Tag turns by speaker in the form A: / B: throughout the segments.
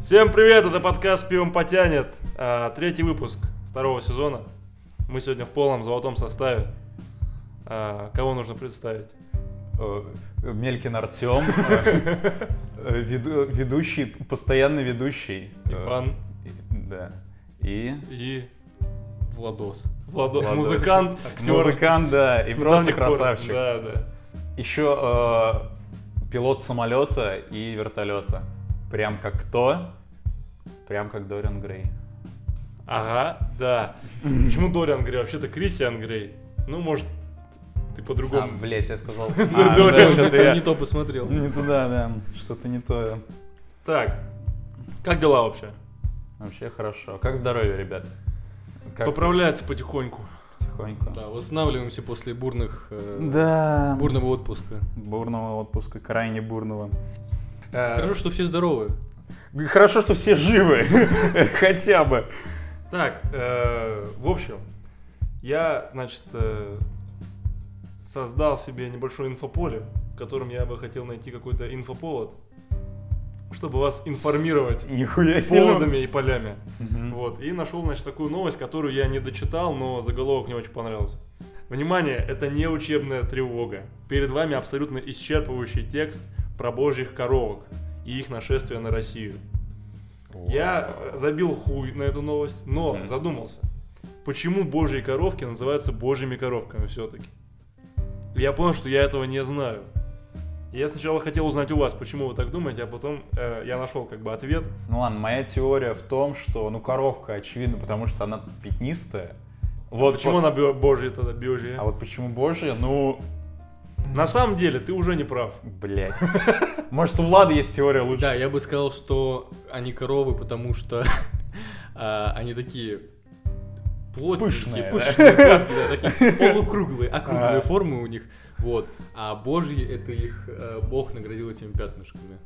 A: Всем привет, это подкаст «Пивом потянет», а, третий выпуск второго сезона. Мы сегодня в полном золотом составе. А, Кого нужно представить?
B: Э, Мелькин Артем, э, э, веду- ведущий, постоянно ведущий. Э,
A: Иван
B: и- Да. И
A: и
C: Владос.
A: Владо-
B: Владос.
A: музыкант, актер.
B: музыкант, да, и
A: С
B: просто
A: недавних пор.
B: красавчик.
A: Да, да.
B: Еще э, пилот самолета и вертолета. Прям как кто? Прям как Дориан Грей.
A: Ага, да. Почему Дориан Грей? Вообще-то Кристиан Грей. Ну, может, ты
B: А,
A: по-другому.
B: блять, я сказал.
A: Да, Дориан,
B: А, да,
A: что-то
B: что-то
C: Ты
B: я-
C: не то посмотрел.
B: Не туда, да. Что-то не то.
A: Так, как дела вообще?
B: Вообще хорошо. Как здоровье, ребят? Как
A: Поправляется потихоньку.
B: потихоньку?
C: Да, восстанавливаемся после бурных, э,
B: Да.
C: бурного отпуска.
B: бурного отпуска, крайне бурного. Э,
C: Хорошо, что все здоровы.
B: Хорошо, что все живы, хотя бы.
A: Так, э, в общем, я, значит, э, создал себе небольшое инфополе, в котором я бы хотел найти какой-то инфоповод, чтобы вас информировать
B: Нихуя себе.
A: поводами и полями.
B: Мгм.
A: Вот, и нашел, значит, такую новость, которую я не дочитал, но заголовок мне очень понравился. Внимание, это не учебная тревога. Перед вами абсолютно исчерпывающий текст про божьих коровок и их нашествие на Россию. Я э, забил хуй на эту новость, но
B: Мгм.
A: задумался, почему божьи коровки называются божьими коровками все-таки? Я понял, что я этого не знаю. Я сначала хотел узнать у вас, почему вы так думаете, а потом э, я нашел как бы ответ.
B: Ну ладно, моя теория в том, что ну коровка очевидно, потому что она пятнистая. Вот
A: А почему
B: по-
A: она бо- божья тогда, божья?
B: А вот почему божья? Ну,
A: На самом деле, ты уже не прав.
B: блять. Может, у Влада есть теория лучше?
C: Да, я бы сказал, что они коровы, потому что а, они такие
B: Пышные,
C: плотненькие,
B: да?
C: пышные, плотные, да, такие полукруглые, округлые
B: А.
C: формы у них. Вот. А божьи это их э, бог наградил этими пятнышками,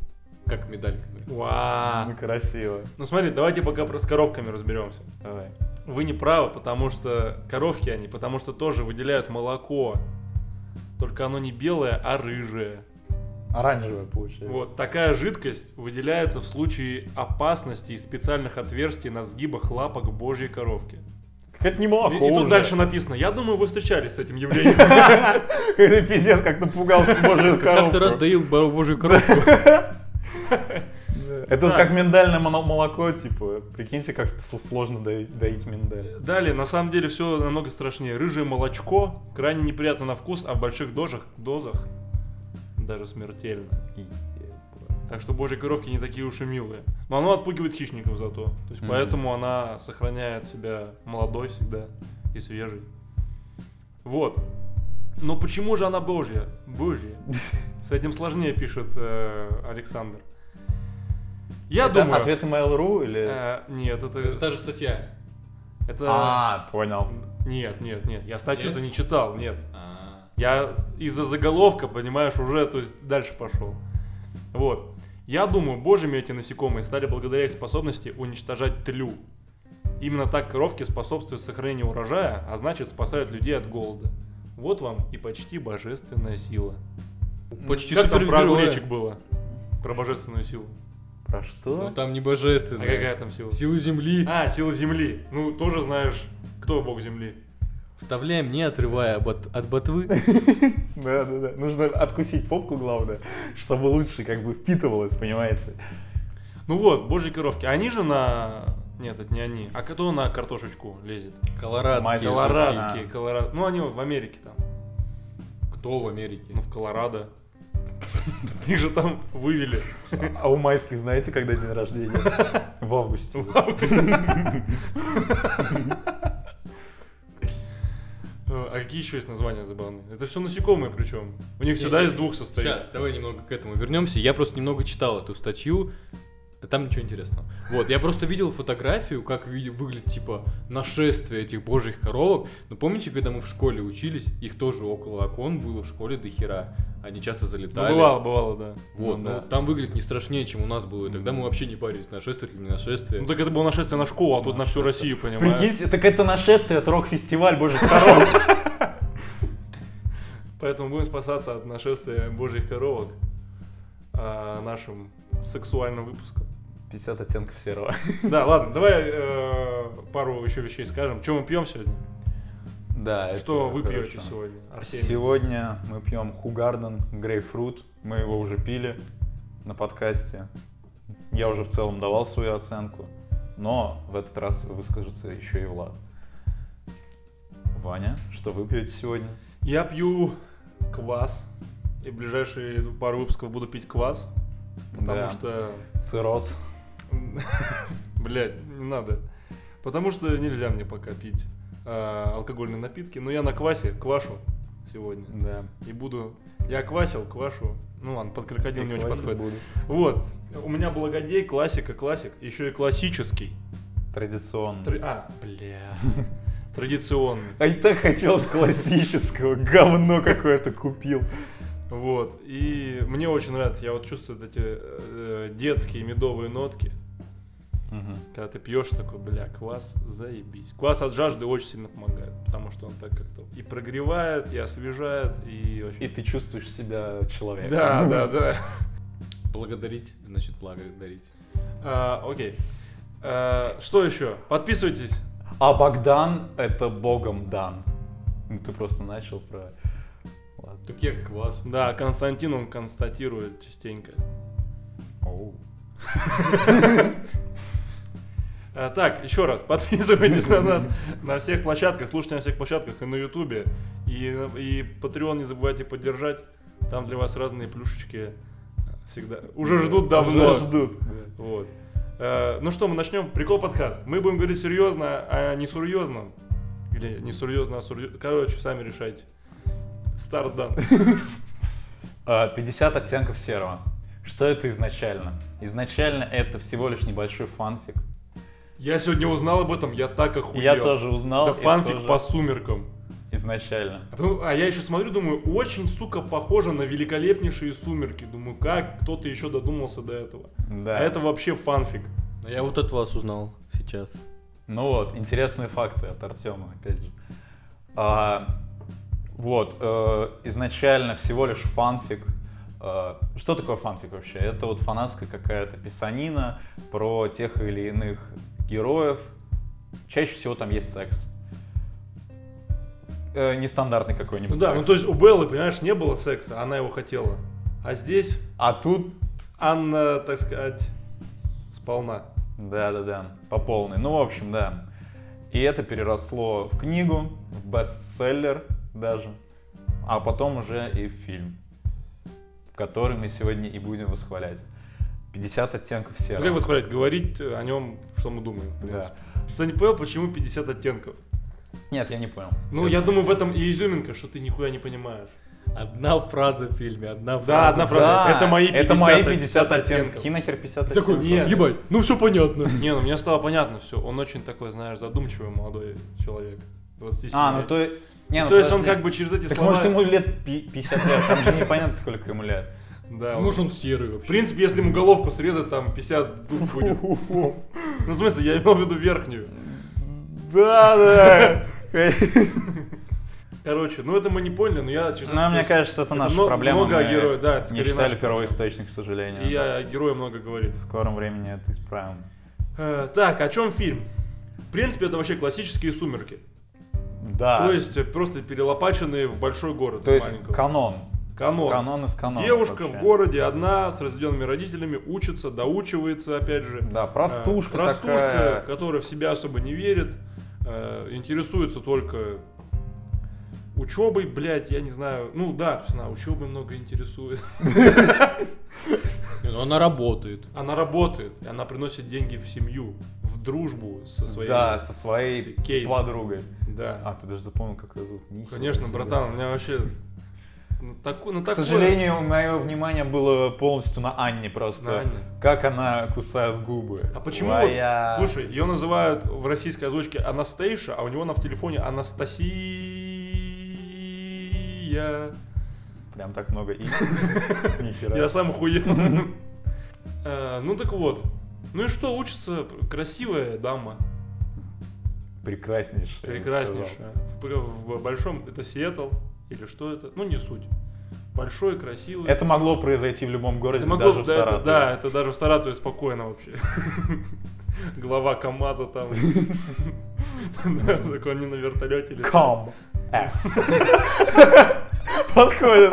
C: как медальками.
A: Вау.
B: Ну, красиво.
A: Ну смотри, давайте пока про с коровками разберемся.
B: Давай.
A: Вы не правы, потому что коровки они, потому что тоже выделяют молоко. Только оно не белое, а рыжее.
B: Оранжевая получается.
A: Вот такая жидкость выделяется в случае опасности из специальных отверстий на сгибах лапок божьей коровки.
B: Как это не
A: И-
B: молоко
A: и, тут
B: уже.
A: дальше написано, я думаю, вы встречались с этим явлением.
B: Ты пиздец, как напугал божью коровку.
C: Как-то раз доил бо- божью коровку.
B: Это
A: Да.
B: как миндальное моно- молоко, типа. Прикиньте, как с- сложно доить, доить миндаль.
A: Далее, на самом деле, все намного страшнее. Рыжее молочко крайне неприятно на вкус, а в больших дозах, дозах даже смертельно. Так что божьи коровки не такие уж и милые. Но оно отпугивает хищников зато. То есть
B: Мгм.
A: поэтому она сохраняет себя молодой всегда и свежей. Вот. Но почему же она божья? Божья. С этим сложнее пишет э, Александр. Я
B: Это
A: думаю...
B: Ответы Mail.ru или...
A: э, нет,
C: Это
A: это...
C: та же статья.
A: это-
B: А, понял.
A: Нет, нет, нет. Я
C: Нет?
A: статью-то не читал, нет. Я из-за заголовка, понимаешь, уже, то есть дальше пошел. Вот. Я думаю, божьими эти насекомые стали благодаря их способности уничтожать тлю. Именно так коровки способствуют сохранению урожая, а значит спасают людей от голода. Вот вам и почти божественная сила.
C: Почти
A: как там про
C: супергерои.
A: огуречек было? Про божественную силу.
B: Про
C: Ну
B: что?
C: там не
A: А
C: божественно.
A: какая там сила?
C: Силу земли
A: А, сила земли. Ну, тоже знаешь, кто бог земли.
C: вставляем, не отрывая об от, от ботвы.
B: Да, да, да. Нужно откусить попку, главное, чтобы лучше как бы впитывалось, понимаете?
A: Ну вот, божьи коровки. Они же на... Нет, это не они. А кто на картошечку лезет?
B: Мать
C: Колорадские. жуки.
A: Колорадские, Колорадо. Ну, они в Америке там.
C: Кто в Америке?
A: Ну, в Колорадо. Их же там вывели.
B: А у майских знаете, когда день рождения? В августе.
A: Э, А какие еще есть названия забавные? Это все насекомые причем. У них всегда из двух состоит.
C: Сейчас, давай немного к этому вернемся. Я просто немного читал эту статью. Там ничего интересного. Вот, я просто видел фотографию, как ви- выглядит, типа, нашествие этих божьих коровок. Но помните, когда мы в школе учились, их тоже около окон было в школе до хера. Они часто
A: Ну,
C: залетали.
A: бывало, бывало, да.
C: Вот,
B: Ну
C: ну,
B: да.
C: там выглядит не страшнее, чем у нас было. И тогда мы вообще не парились, нашествие или не нашествие.
A: Ну так это было нашествие на школу, а тут на всю Россию, понимаешь?
B: Прикиньте, так это нашествие, это рок-фестиваль, боже, коров.
A: Поэтому будем спасаться от нашествия божьих коровок а, нашим сексуальным выпуском.
B: 50 оттенков серого.
A: Да, ладно, давай э, пару еще вещей скажем. Что мы пьем сегодня?
B: Да,
A: Что
B: А это
A: вы
B: хорошо.
A: пьете сегодня, Арсений?
B: Сегодня мы пьем Хугарден Грейпфрут. Мы его уже пили на подкасте. Я уже в целом давал свою оценку. Но в этот раз выскажется еще и Влад. Ваня, что вы пьете сегодня?
A: Я пью квас. И в ближайшие пару выпусков буду пить квас. Потому
B: Да.
A: что...
B: Цирроз.
A: Блядь, не надо. Потому что нельзя мне пока пить э, алкогольные напитки. Но я на квасе квашу сегодня.
B: Да.
A: И буду... Я квасил, квашу. Ну ладно, под крокодил не очень подходит.
B: Буду.
A: Вот. У меня благодей, классика, классик. Еще и классический.
B: Традиционно.
A: Тр- А,
C: Бля.
A: традиционный.
B: А и так хотелось классического. Говно какое-то купил.
A: Вот. И мне очень нравится. Я вот чувствую вот эти э, детские медовые нотки. Когда ты пьешь такой, бля, квас, заебись. Квас от жажды очень сильно помогает, потому что он так как-то и прогревает, и освежает, и
B: И
A: очень...
B: ты чувствуешь себя человеком.
A: Да, да, да.
C: Благодарить, значит, благодарить.
A: А, Окей. А, Что еще? Подписывайтесь.
B: А Богдан это богом дан. Ну, Ты просто начал про... Ладно.
C: Так я к квасу.
A: Да, Константин, он констатирует частенько.
B: Оу.
A: А, Так, еще раз, подписывайтесь на нас на всех площадках, слушайте на всех площадках и на Ютубе, и, на- и Patreon не забывайте поддержать, там для вас разные плюшечки а, всегда, уже ждут давно.
B: Уже ждут.
A: Вот. Э, Ну что, мы начнем. Прикол подкаст. Мы будем говорить серьезно о несерьезном. Или не серьезно, а серьезно. Короче, сами решайте. Старт дан.
B: А, 50 оттенков серого. Что это изначально? Изначально это всего лишь небольшой фанфик.
A: Я сегодня узнал об этом, я так охуел.
B: Я тоже узнал.
A: Это
B: и
A: фанфик
B: тоже
A: по сумеркам.
B: Изначально.
A: А, потом- а я еще смотрю, думаю, очень, сука, похоже на великолепнейшие сумерки. Думаю, как кто-то еще додумался до этого.
B: Да.
A: А это вообще фанфик.
C: А я вот от вас узнал сейчас.
B: Ну вот, интересные факты от Артема, опять же. А, вот, э, изначально всего лишь фанфик. Э, что такое фанфик вообще? Это вот фанатская какая-то писанина про тех или иных героев. Чаще всего там есть секс. Э, нестандартный
A: Ну
B: какой-нибудь
A: да,
B: секс.
A: ну то есть у Беллы, понимаешь, не было секса, она его хотела. А здесь
B: А тут
A: Анна, так сказать, сполна.
B: Да-да-да, по полной. Ну, в общем, да. И это переросло в книгу, в бестселлер даже, а потом уже и в фильм, который мы сегодня и будем восхвалять. 50 оттенков
A: Ну,
B: серого.
A: как бы сказать, говорить о нем, что мы думаем, в
B: Да.
A: принципе. Ты не понял, почему 50 оттенков?
B: Нет, я не понял.
A: Ну, я думаю, в этом и изюминка, что ты нихуя не понимаешь.
C: Одна фраза в фильме, одна фраза.
A: одна фраза. Это мои 50
B: это мои 50
A: оттенков.
B: оттенков. Кинохер 50
C: Ты
B: оттенков.
C: Такой,
A: Нет.
C: ебать, ну все понятно.
A: Не, ну мне стало понятно все. Он очень такой, знаешь, задумчивый молодой человек. 27
B: А, ну то... Не, ну,
A: То есть он
B: подожди.
A: как бы через эти
B: Так
A: слова...
B: может ему лет пи- 50 лет, там же непонятно сколько ему лет.
A: Да, он-
C: Ну, Может, он серый вообще.
A: В принципе, если ему головку срезать, там 50 дух будет. Ну, в смысле, я имел в виду верхнюю.
B: Да, да.
A: Короче, ну это мы не поняли, но я... честно,
B: Ну, мне
A: то есть,
B: кажется, это,
A: это
B: наша
A: мно-
B: проблема.
A: много о
B: Мы
A: герое, да, это
B: не
A: скорее
B: читали
A: наша
B: первоисточник, к сожалению.
A: И я о герое много говорит.
B: В скором времени это исправим.
A: Э, Так, о чем фильм? В принципе, это вообще классические сумерки.
B: Да.
A: То есть э, просто перелопаченные в большой город.
B: А. То есть
A: маленького.
B: канон.
A: канон.
B: Канон из канона.
A: Девушка
B: вообще.
A: в городе одна с разведенными родителями учится, доучивается, опять же.
B: Да,
A: Э,
B: простушка
A: Простушка,
B: такая.
A: которая в себя особо не верит, э, интересуется только учебой, блядь, я не знаю. Ну да, то есть она учебой много интересует.
C: Не, ну она работает.
A: Она работает, и она приносит деньги в семью, в дружбу со своей.
B: Да, со своей
A: Ты Кейт.
B: подругой.
A: Да.
B: А, ты даже запомнил, как ее зовут. Нихера
A: Конечно,
B: себе.
A: братан, у меня вообще на таку- на
B: К
A: такое-
B: сожалению, мое внимание было полностью на Анне просто.
A: На Анне.
B: Как она кусает губы.
A: А почему
B: Лая.
A: вот, слушай, ее называют в российской озвучке Анастейша, а у него она в телефоне Анастасия.
B: Прям так много и. Нихера.
A: Я сам хуел. Э, Ну так вот. Ну и что, учится красивая дама,
B: Прекраснейшая. я бы сказал.
A: прекраснейшая. В, пр- в большом, это Сиэтл или что это? Ну не суть. В большой, красивый.
B: Это могло произойти в любом городе,
A: Это могло-
B: даже в
A: да, это-
B: Саратове.
A: да, это даже в Саратове спокойно вообще. Глава КамАЗа там. Да, Закон не на вертолете летает.
B: Come S. Подходит.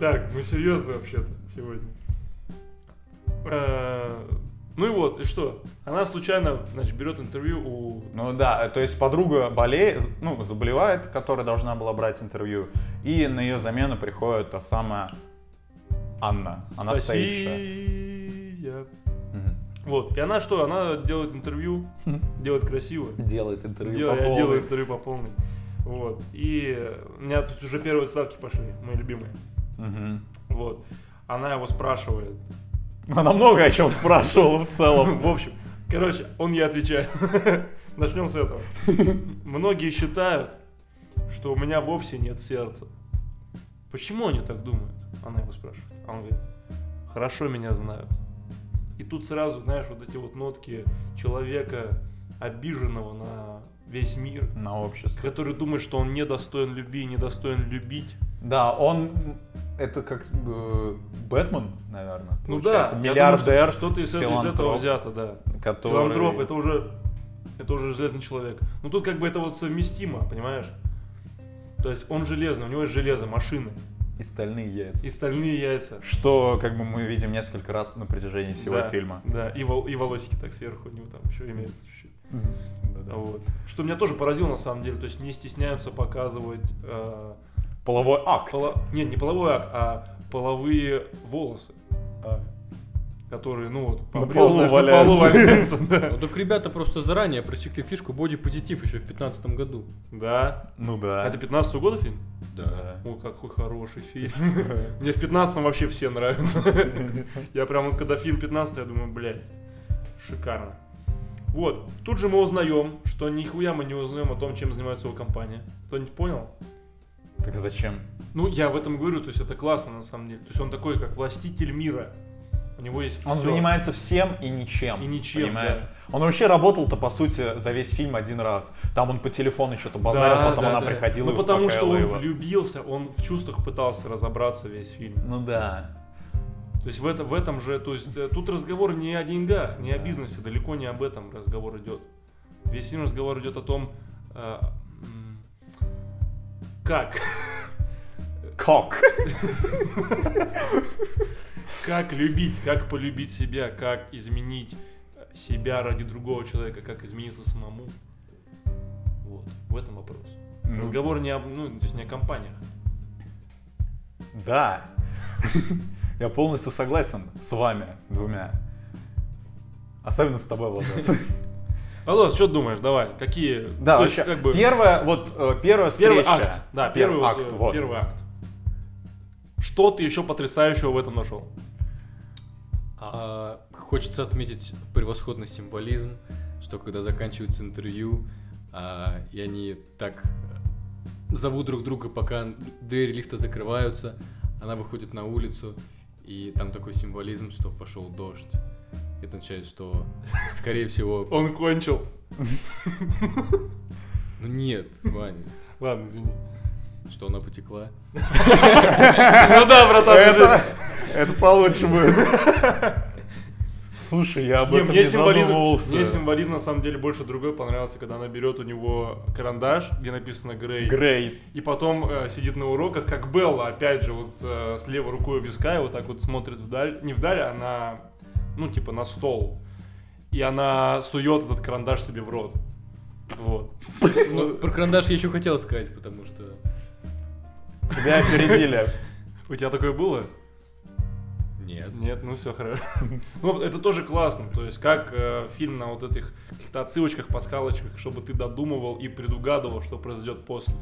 A: Так, мы серьезно вообще-то сегодня. Э, Ну и вот, и что? Она случайно, значит, берет интервью у...
B: Ну да, то есть подруга болеет, ну, заболевает, которая должна была брать интервью, и на ее замену приходит та самая Анна. Она стоит.
A: Анастасия. Вот, и она что? Она делает интервью, делает красиво.
B: Делает интервью.
A: Делаю-
B: по
A: я
B: полной.
A: делаю интервью по полной. Вот. И э, у меня тут уже первые ставки пошли, мои любимые.
B: Мгм.
A: Вот. Она его спрашивает.
B: Она много о чем спрашивала в целом.
A: Ну, В общем, короче, он ей отвечает. Начнем с этого. Многие считают, что у меня вовсе нет сердца. Почему они так думают? Она его спрашивает. А он говорит, хорошо меня знают. И тут сразу, знаешь, вот эти вот нотки человека, обиженного на весь мир,
B: На общество.
A: который думает, что он недостоин любви и недостоин любить.
B: Да, он это как э, Бэтмен, наверное.
A: Ну да,
B: получается.
A: я думаю,
B: миллиардер,
A: что что-то из, э- из этого
B: филантроп.
A: взято, да.
B: который...
A: Филантроп, это уже, это уже железный человек. Ну тут как бы это вот совместимо, понимаешь? То есть он железный, у него есть железо, машины
B: и стальные яйца.
A: и стальные яйца.
B: Что, как бы мы видим несколько раз на протяжении всего
A: Да,
B: фильма.
A: Да, и, вол- и волосики так сверху у него там еще имеются чуть-чуть.
B: Да-да.
A: Вот. Что меня тоже поразило на самом деле, то есть не стесняются показывать... э,
B: Половой акт.
A: поло- Не, не половой акт, а половые волосы.
B: А.
A: которые, ну вот,
B: На
A: побрел,
B: полу
A: знаешь, на полу валяются, да.
C: Ну так ребята просто заранее просекли фишку бодипозитив еще в 15 году.
A: Да.
B: Ну да.
A: А Это 15 года фильм?
B: Да.
A: О, какой хороший фильм. Мне в 15 вообще все нравятся. Я прям вот, когда фильм 15, я думаю, блядь, шикарно. Вот, тут же мы узнаем, что нихуя мы не узнаем о том, чем занимается его компания. Кто-нибудь понял?
B: Так зачем?
A: Ну, я в этом говорю, то есть это классно на самом деле. То есть он такой, как властитель мира. У него есть
B: Он
A: всё.
B: занимается всем и ничем.
A: И ничем,
B: понимаешь? Он вообще работал-то, по сути, за весь фильм один раз. Там он по телефону что-то базарил,
A: Да,
B: потом
A: да,
B: она
A: да.
B: приходила
A: Ну,
B: и
A: потому что
B: успокаивала
A: он
B: его.
A: влюбился, он в чувствах пытался разобраться весь фильм.
B: Ну да.
A: То есть в, это, в этом же, то есть э, тут разговор не о деньгах, не о бизнесе, далеко не об этом разговор идет. Весь фильм разговор идет о том, э, м, как,
B: Как?
A: как любить, как полюбить себя, как изменить себя ради другого человека, как измениться самому. Вот, в этом вопрос. Разговор не, об, ну, то есть не о компаниях.
B: Да. Я полностью согласен с вами двумя. Особенно с тобой, Владос.
A: Алло, что думаешь, давай, какие...
B: Да,
A: то есть,
B: вообще,
A: как бы-
B: первая, вот, э, первая
A: Первый
B: встреча.
A: акт. Да, первый, вот, э, первый акт. Что ты еще потрясающего в этом нашел?
C: А, хочется отметить превосходный символизм, что когда заканчивается интервью, а, и они так э, зовут друг друга, пока двери лифта закрываются, она выходит на улицу, и там такой символизм, что пошел дождь. Это означает, что, скорее всего...
A: Он кончил.
C: Ну нет, Вань,
A: Ладно, извини.
C: что она потекла.
A: Ну да, братан,
B: Это,
A: извини.
B: это получше будет. Слушай, я об
A: Не,
B: этом
A: мне
B: не
A: символизм,
B: задумывался.
A: мне символизм на самом деле больше другой понравился, когда она берет у него карандаш, где написано Грей,
B: Грей.
A: и потом э, сидит на уроках, как Белла, опять же, вот э, с левой рукой у виска, и вот так вот смотрит вдаль, не вдаль, а на, ну типа на стол, и она сует этот карандаш себе в рот, вот. Типа,
C: Ну, про карандаш я еще хотел сказать, потому что...
B: Тебя опередили.
A: У тебя такое было?
C: Нет.
A: Нет, ну все хорошо. Ну, это тоже классно. То есть, как э, фильм на вот этих каких-то отсылочках, пасхалочках, чтобы ты додумывал и предугадывал, что произойдет после.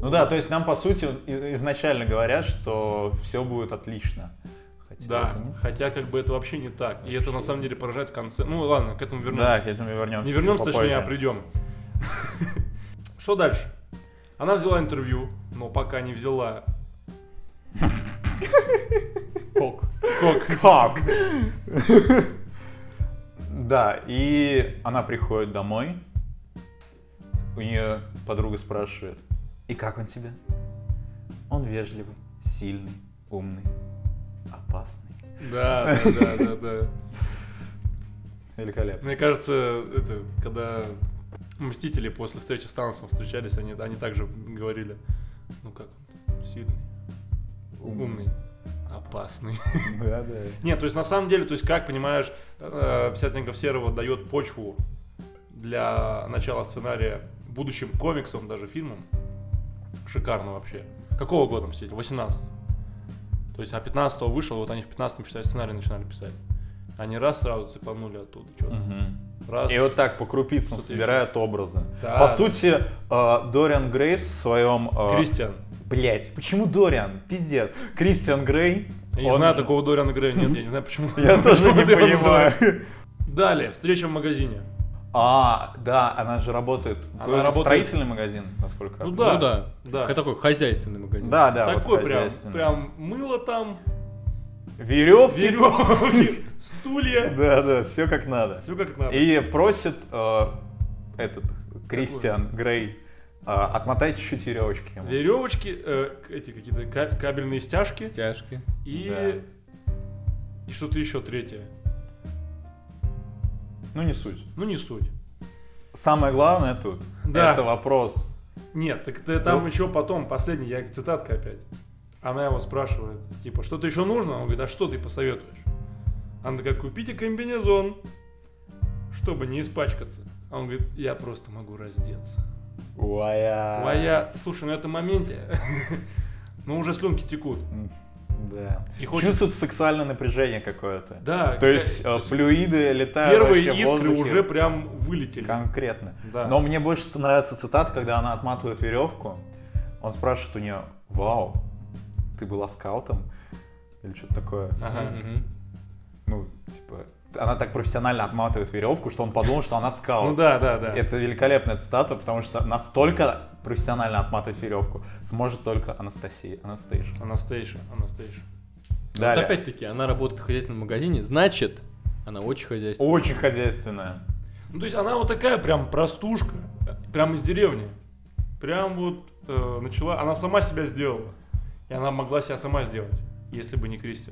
B: Ну да, то есть нам, по сути, и- изначально говорят, что все будет отлично. Хотя
A: Да.
B: это не-
A: Хотя, как бы это вообще не так. И это на самом деле поражает в конце. Ну ладно, к этому
B: Да,
A: вернемся.
B: к этому вернемся.
A: Не вернемся,
B: чуть
A: точнее, а
B: попозже.
A: придем. Что дальше? Она взяла интервью, но пока не взяла.
B: Ок.
A: Кок.
B: Как? Да, и она приходит домой. У нее подруга спрашивает, И как он тебе? Он вежливый, сильный, умный, опасный.
A: Да, да, да, да, да.
B: Великолепно.
A: Мне кажется, это, когда Мстители после встречи с Танцем встречались, они, они также говорили, ну как, он, сильный, умный, опасный.
B: Да, да.
A: Нет, то есть на самом деле, то есть как, понимаешь, э, 50 оттенков серого дает почву для начала сценария будущим комиксом, даже фильмом. Шикарно вообще. Какого года «Мстители»? 18 То есть, а 15 вышел, вот они в 15-м, считай, сценарий начинали писать. Они раз сразу цепанули оттуда что-то.
B: Мгм.
A: Раз.
B: И вот так по крупицам
A: Что-то
B: собирают образы.
A: Да.
B: По сути, э, Дориан Грейс в своем... э,
A: Кристиан.
B: Блять, почему Дориан? Пиздец. Кристиан Грей.
A: Я не
B: он
A: знаю
B: же-
A: такого Дориана Грея, нет, я не знаю почему.
B: Я тоже
A: почему
B: не
A: ты его
B: понимаю.
A: называешь. Далее, встреча в магазине.
B: А, да, она же работает.
A: Она
B: Какой-то
A: работает-
B: Строительный магазин, насколько.
A: Ну
B: я
A: Да,
C: ну да.
A: да.
C: Х- Такой хозяйственный магазин.
B: Да, да. вот
A: Такой прям,
B: хозяйственный.
A: прям мыло там,
B: Веревки.
A: веревки, стулья.
B: Да, да, все как надо.
A: Все как надо.
B: И просит э, этот Кристиан Грей э, отмотать чуть-чуть веревочки ему.
A: Веревочки, э, к- эти какие-то ка- кабельные стяжки
C: Стяжки.
A: и и что-то еще третье.
B: Ну не суть.
A: Ну не суть.
B: Самое главное тут
A: Да.
B: это вопрос.
A: Нет, так ты там
B: Ну.
A: еще потом, последний, я цитатка опять. Она его спрашивает, типа, что-то еще нужно? Он говорит, а что ты посоветуешь? Она такая, купите комбинезон, чтобы не испачкаться. А он говорит, я просто могу раздеться.
B: Уая.
A: А я, слушай, на этом моменте, ну уже слюнки текут.
B: Да.
A: И хочется-
B: Чувствуется сексуальное напряжение какое-то.
A: Да,
B: То
A: какая-
B: есть, э,
A: то есть
B: флюиды летают
A: первые
B: вообще в
A: искры
B: воздухе.
A: уже прям вылетели.
B: Конкретно.
A: Да.
B: Но мне больше ц- нравится цитата, когда она отматывает веревку. Он спрашивает у нее, вау, ты была скаутом? Или что-то такое.
A: Ага.
C: Мгм.
B: Ну, типа, она так профессионально отматывает веревку, что он подумал, что она скаут.
A: Ну да, да, да.
B: Это великолепная цитата, потому что настолько профессионально отматывать веревку сможет только Анастасия. Анастейша.
A: Ну, Анастейша, Анастейша.
C: Вот
B: Далее.
C: опять-таки, она работает в хозяйственном магазине, значит, она очень хозяйственная.
B: Очень хозяйственная.
A: Ну, то есть она вот такая прям простушка, прям из деревни. Прям вот э, начала, она сама себя сделала. И она могла себя сама сделать, если бы не Кристи.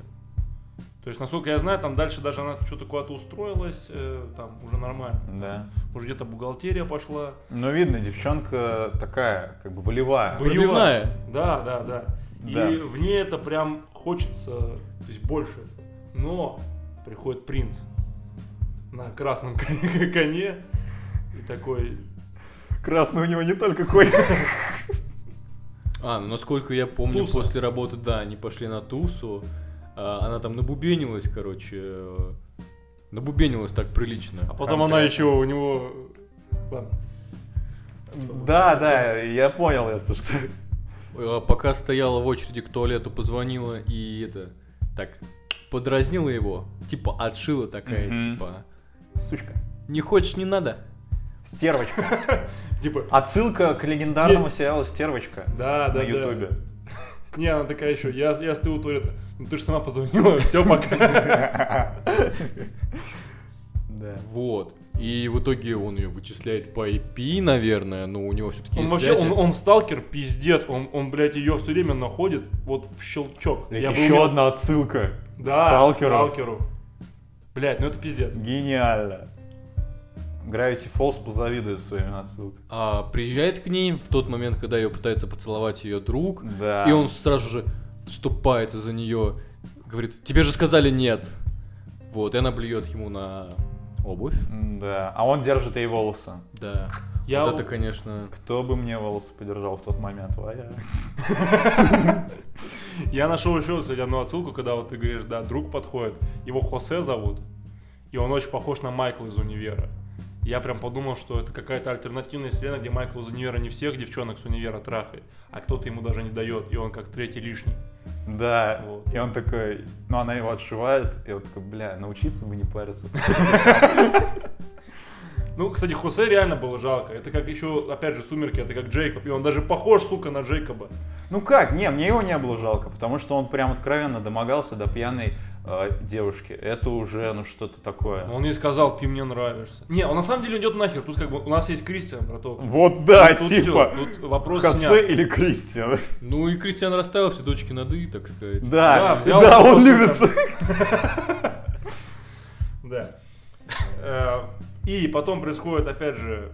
A: То есть, насколько я знаю, там дальше даже она что-то куда-то устроилась, э, там уже нормально.
B: Да.
A: Уже где-то бухгалтерия пошла.
B: Ну, видно, девчонка такая, как бы волевая.
A: Боевая.
C: Пробивная.
A: Да, да, да. И
B: Да.
A: в ней это прям хочется, то есть больше. этого. Но приходит принц на красном коне коне и такой,
B: Красный у него не только конь.
C: А, ну насколько я помню,
A: Туса.
C: после работы, да, они пошли на тусу. а, она там набубенилась, короче. э, Набубенилась так
A: А
C: прилично.
A: потом она еще у него... Ладно.
B: Да, да, я понял, если что.
C: Э, Пока стояла в очереди к туалету, позвонила и это... Так, подразнила его. Типа отшила такая,
B: Мгм.
C: типа...
B: Сучка.
C: Не хочешь, не надо.
B: Стервочка.
A: Типа...
B: Отсылка к легендарному сериалу Стервочка
A: Да, да,
B: на
A: да.
B: Ютубе.
A: Не, она такая еще. Я, я стою у туалета. Ну ты же сама позвонила, все, пока.
B: Да.
C: Вот. И в итоге он ее вычисляет по IP, наверное, но у него все-таки
A: Он вообще, он, он сталкер, пиздец. Он, он блядь, ее все время находит вот в щелчок.
B: Блядь,
A: Я бы
B: еще
A: умел-
B: одна отсылка.
A: Да,
B: К Сталкеру.
A: сталкеру. Блядь, ну это пиздец.
B: Гениально. Gravity Falls позавидует своими отсылками.
C: А, приезжает к ней в тот момент, когда ее пытается поцеловать ее друг,
B: Да.
C: и он сразу же вступается за нее, говорит, тебе же сказали нет. Вот, и она блюет ему на обувь.
B: Да. А он держит ей волосы.
C: Да.
A: Я
C: Вот
A: у-
C: это, конечно...
B: Кто бы мне волосы подержал в тот момент? Вая.
A: Я нашел еще, кстати, одну отсылку, когда вот ты говоришь, да, друг подходит, его Хосе зовут, и он очень похож на Майкла из «Универа». Я прям подумал, что это какая-то альтернативная вселенная, где Майкл из «Универа» не всех девчонок с «Универа» трахает, а кто-то ему даже не дает, и он как третий лишний.
B: Да.
A: Вот.
B: И он такой, ну она его отшивает, и он такой, бля, научиться бы не париться.
A: Ну, кстати, Хосе реально было жалко. Это как еще, опять же, «Сумерки», это как Джейкоб, и он даже похож, сука, на Джейкоба.
B: Ну как? Не, мне его не было жалко, потому что он прям откровенно домогался до пьяной э, девушки. Это уже, ну, что-то такое.
A: Он ей сказал, ты мне нравишься. Не, он на самом деле идет нахер. Тут как бы у нас есть Кристиан, браток.
B: Вот да,
A: ну, тут
B: типа.
A: всё, тут вопрос
B: Хосе
A: снят.
B: или Кристиан?
C: Ну и Кристиан расставил все точки над «и», так сказать.
A: Да,
B: Да,
A: взял
B: да,
A: всё
B: он
A: после
B: любит.
A: того. Да. Э, И потом происходит, опять же,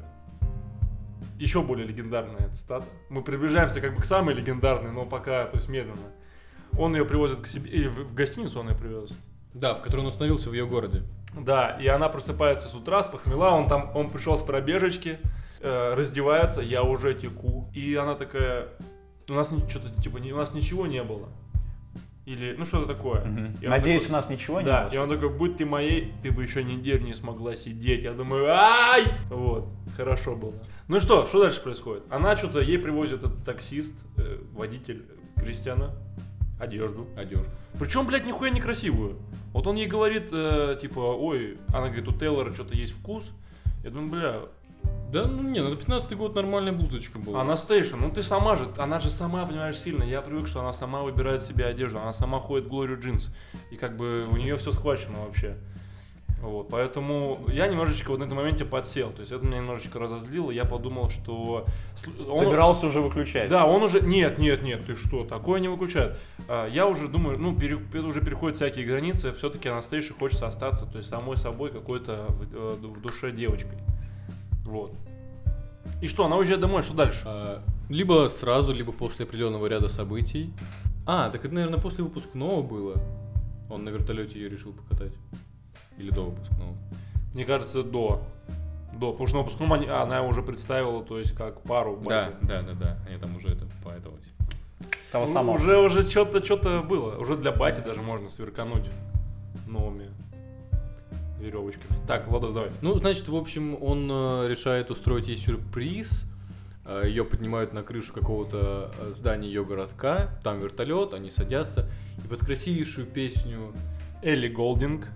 A: еще более легендарная цитата. Мы приближаемся как бы к самой легендарной, но пока, то есть медленно. Он ее привозит к себе, или в в гостиницу он ее привез.
C: Да, в которой он установился в ее городе.
A: Да, и она просыпается с утра, с похмела, он там, он пришел с пробежечки, э, раздевается, я уже теку. И она такая, у нас что-то, типа, не- у нас ничего не было. Или, ну что-то такое.
B: Мгм.
A: И он
B: Надеюсь,
A: такой-
B: у нас ничего не
A: да,
B: было.
A: и он такой, будь ты моей, ты бы еще неделю не смогла сидеть. Я думаю, ай! Вот, хорошо было. Ну что, что дальше происходит? Она что-то, ей привозит этот таксист, э, водитель э, Кристиана, одежду.
C: Одежду.
A: Причем, блядь, нихуя некрасивую. Вот он ей говорит, э, типа, ой, она говорит, у Тейлора что-то есть вкус. Я думаю, бля,
C: Да, ну не, надо 15 год нормальная блузочка была.
A: она стейшн, ну ты сама же, она же сама, понимаешь, сильно. Я привык, что она сама выбирает себе одежду, она сама ходит в Глорию джинс. И как бы у нее все схвачено вообще. Вот, поэтому я немножечко вот на этом моменте подсел. То есть это меня немножечко разозлило. Я подумал, что... сл- он-
B: Собирался уже выключать.
A: Да, он уже... Нет, нет, нет, ты что, такое не выключают. А, Я уже думаю, ну, пере- это уже переходят всякие границы, все-таки Анастейше хочется остаться, то есть самой собой какой-то в, э, в душе девочкой. Вот. И что, она уезжает домой, что дальше?
C: А, либо сразу, либо после определенного ряда событий. А, так это, наверное, после выпускного было. Он на вертолете ее решил покатать. Или до выпускного.
A: Мне кажется, до. До, потому что на выпускном они- а, она уже представила, то есть как пару.
C: Да,
A: бате.
C: да, да, да. Они там уже это поэтовать.
B: Того
A: Ну,
B: самого.
A: Уже, уже что-то, что-то было. Уже для бати даже можно сверкануть новыми веревочками. Так, Владос, давай.
C: Ну, значит, в общем, он э, решает устроить ей сюрприз. Э, Ее поднимают на крышу какого-то э, здания ее городка. Там вертолет, они садятся. И под красивейшую песню
A: Элли Голдинг.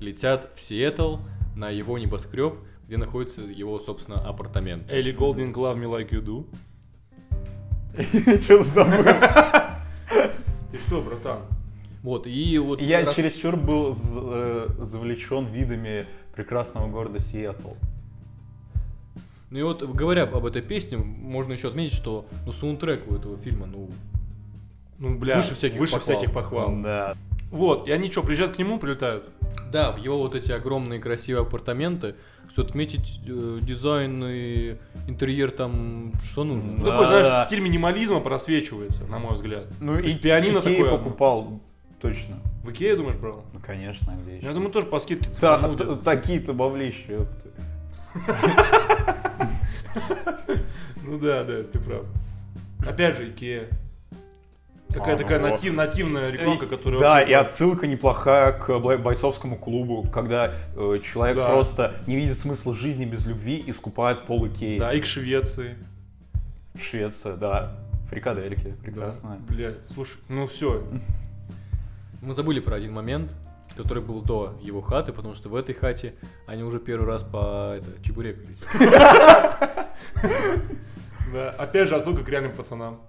C: летят в Сиэтл на его небоскреб, где находится его, собственно, апартамент.
A: Элли Голдинг, Love Me Like You Do.
B: Чё забыл?
A: Ты что, братан?
C: Вот, и вот...
B: Я
C: раз-
B: чересчур был з- э, завлечен видами прекрасного города Сиэтл.
C: Ну и вот, говоря об этой песне, можно еще отметить, что ну, саундтрек у этого фильма, ну,
A: Ну, бля,
C: Выше всяких
A: выше
C: похвал.
A: всяких похвал.
B: Да.
A: Вот, и они что, приезжают к нему, прилетают?
C: да, в его вот эти огромные красивые апартаменты, стоит отметить э, дизайн и интерьер там, что нужно.
A: Ну,
B: Да.
A: такой, знаешь, стиль минимализма просвечивается, на мой взгляд.
B: Ну
A: То
B: и
A: есть пианино
B: Икею
A: такое одно.
B: покупал. Точно.
A: В Икее, думаешь, брал?
B: Ну, конечно, где еще?
A: Я думаю, тоже по скидке
B: Да, ну,
A: цепанул
B: т-
A: где-то.
B: такие-то баблища. ёпта.
A: Ну да, да, ты прав. Опять же, Икея. Какая
B: А, ну
A: такая
B: вот.
A: натив- нативная рекламка, которая...
B: Да,
A: вообще-
B: и отсылка неплохая к бо- бойцовскому клубу, когда э, человек
A: Да.
B: просто не видит смысла жизни без любви и скупает пол Икеи.
A: Да, и к Швеции.
B: Швеция, да. Фрикадельки,
A: Да.
B: прекрасно.
A: Блядь, слушай, ну все.
C: Мы забыли про один момент, который был до его хаты, потому что в этой хате они уже первый раз по это, чебурекались.
A: Да. Опять же, отсылка к реальным пацанам.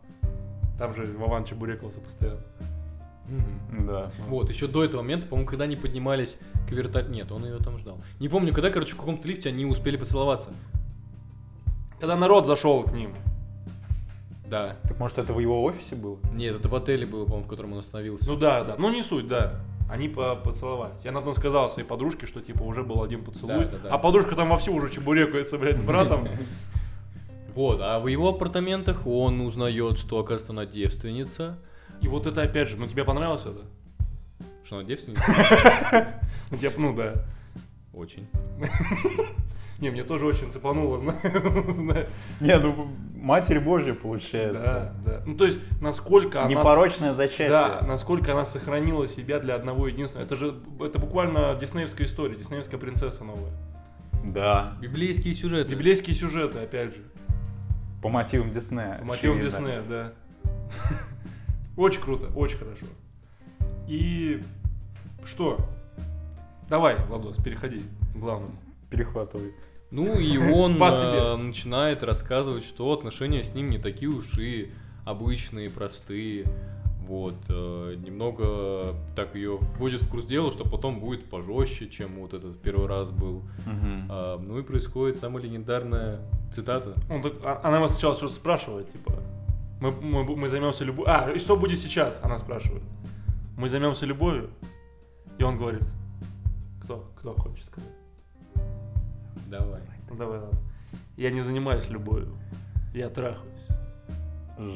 A: Там же Вован Чебурекался постоянно.
C: Мгм.
B: Да.
C: Вот, еще до этого момента, по-моему, когда они поднимались к вертолету... Нет, он ее там ждал. Не помню, когда, короче, в каком-то лифте они успели поцеловаться.
A: Когда народ зашел к ним.
C: Да.
B: Так может это в его офисе было?
C: Нет, это в отеле было, по-моему, в котором он остановился.
A: Ну да, да. Ну не суть, да. Они по- поцеловались. Я на потом сказал своей подружке, что типа уже был один поцелуй.
C: Да, да, да.
A: А подружка там вовсю уже чебурекается, блядь, с братом.
C: Вот, а в его апартаментах он узнает, что, оказывается, она девственница.
A: И вот это опять же, ну тебе понравилось это?
C: Что она девственница?
A: Ну, тебе- ну да.
C: Очень.
A: Не, мне тоже очень цепануло, зна- знаешь.
B: Не, ну Матерь Божья получается.
A: Да, да. Ну то есть, насколько она...
B: Непорочное
A: Да,
B: зачатие.
A: насколько она сохранила себя для одного единственного. Это же, это буквально диснеевская история, диснеевская принцесса новая.
B: Да.
C: Библейские сюжеты.
A: Библейские сюжеты, опять же.
B: По мотивам Диснея.
A: По мотивам
B: очевидно.
A: Диснея, да. Очень круто, очень хорошо. И что? Давай, Владос, переходи к главному.
B: Перехватывай.
C: Ну и он
A: Пас
C: э,
A: тебе.
C: начинает рассказывать, что отношения с ним не такие уж и обычные, простые. Вот, э, немного так ее вводит в курс дела, что потом будет пожестче, чем вот этот первый раз был.
B: Мгм.
C: А, ну и происходит самая легендарная цитата.
A: Он так- а- она его сначала что-то спрашивает, типа, мы, мы, бу- мы займемся любовью. А, и что будет сейчас? Она спрашивает. Мы займемся любовью. И он говорит, кто, кто хочет сказать?
C: Давай.
A: Ну давай, ладно. Я не занимаюсь любовью. Я трахаюсь.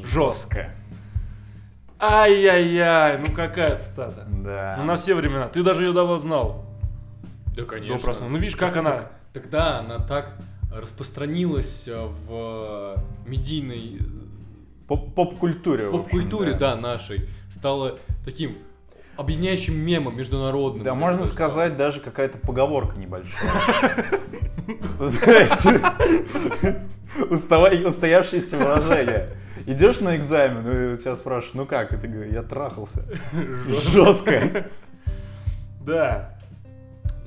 A: Жестко. Ай-яй-яй, ну какая цитата. Ну,
B: Да.
A: на все времена. Ты даже ее давно знал. До
C: Да,
A: прослушивания. Ну видишь, как она.
C: Тогда она так распространилась э, в э, медийной
B: Поп- Поп-культуре.
C: в
B: в общем,
C: поп-культуре, да. нашей, стала таким объединяющим мемом международным.
B: Да,
C: Так
B: можно
C: сказать.
B: сказать, даже какая-то поговорка небольшая. То есть, устава- Устоявшееся выражение. Идешь на экзамен, и тебя спрашивают, ну как? И ты говоришь, я трахался. Жестко.
A: Да.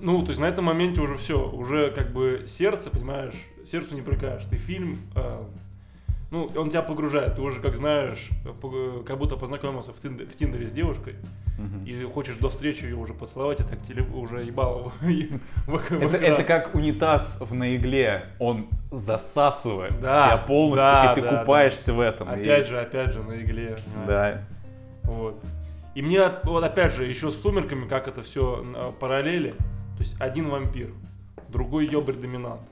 A: Ну, то есть на этом моменте уже все, уже как бы сердце, понимаешь, сердцу не прикажешь. Ты фильм, э, ну, он тебя погружает, ты уже, как знаешь, пог- как будто познакомился в, Тиндер- в Тиндере с девушкой, и хочешь до встречи ее уже поцеловать, и так теле уже ебало в- в экран.
B: Это, это как унитаз в на игле, он засасывает
A: Да,
B: тебя полностью,
A: да,
B: и ты
A: да,
B: купаешься в этом. и-
A: Опять же, опять же, на игле. понимаешь?
B: Да.
A: Вот. И мне, от- вот опять же, еще с сумерками, как это все параллели. То есть один вампир, другой ебарь доминант.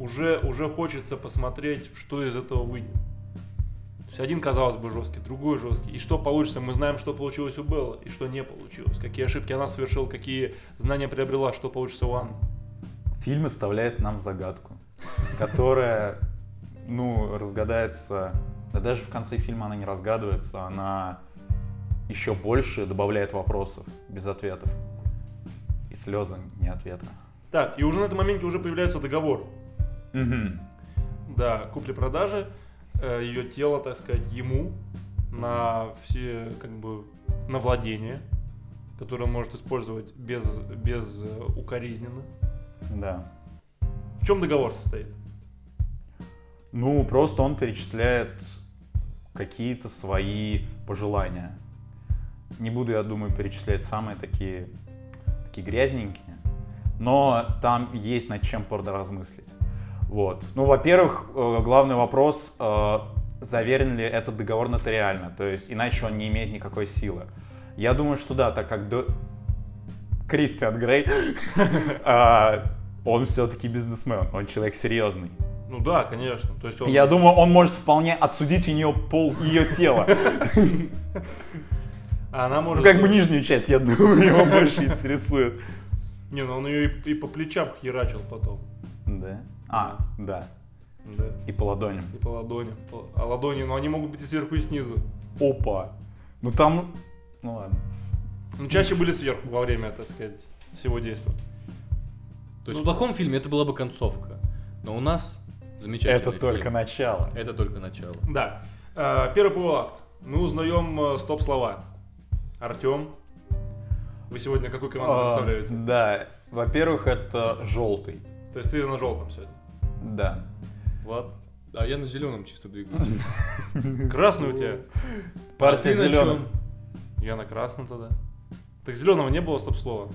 A: Уже, уже хочется посмотреть, что из этого выйдет. То есть один, казалось бы, жесткий, другой жесткий. И что получится? Мы знаем, что получилось у Беллы и что не получилось. Какие ошибки она совершила, какие знания приобрела, что получится у Анны.
B: Фильм оставляет нам загадку, которая, ну, разгадается... Да даже в конце фильма она не разгадывается, она еще больше добавляет вопросов без ответов. И слезы не ответа.
A: Так, и уже на этом моменте уже появляется договор. Да, купли-продажи, ее тело, так сказать, ему на все, как бы, на владение, которое он может использовать без, без э, укоризненно.
B: Да.
A: В чем договор состоит?
B: Ну, просто он перечисляет какие-то свои пожелания. Не буду, я думаю, перечислять самые такие, такие грязненькие, но там есть над чем поразмыслить. Вот. Ну, во-первых, э, главный вопрос, э, заверен ли этот договор нотариально, то есть иначе он не имеет никакой силы. Я думаю, что да, так как до... Кристиан Грей, а, он все-таки бизнесмен, он человек серьезный.
A: Ну да, конечно. То есть он...
B: Я думаю, он может вполне отсудить у нее пол ее тела.
A: А она
B: Ну,
A: может...
B: как бы нижнюю часть, я думаю, его больше интересует.
A: Не, ну он ее и, и по плечам херачил потом.
B: Да. А, да.
A: Да.
B: И по ладоням.
A: И по ладоням. По- А ладони, ну они могут быть и сверху, и снизу.
B: Опа. Ну там... Ну ладно.
A: Ну чаще были сверху во время, так сказать, всего действия.
C: То
B: ну
C: есть в плохом фильме это была бы концовка. Но у нас замечательный
B: Это
C: фильм.
B: только начало.
C: Это только начало.
A: Да. Э, Первый полуакт. Мы узнаем э, стоп-слова. Артем, вы сегодня какую команду
B: А,
A: представляете?
B: Да. Во-первых, это желтый.
A: То есть ты на желтом сегодня.
B: Да.
A: Влад.
C: А я на зеленом чисто двигаюсь.
A: Красный у тебя.
B: Партия
C: А ты на
B: зеленых.
C: чём?
A: Я на красном тогда. Так зеленого не было стоп-слова.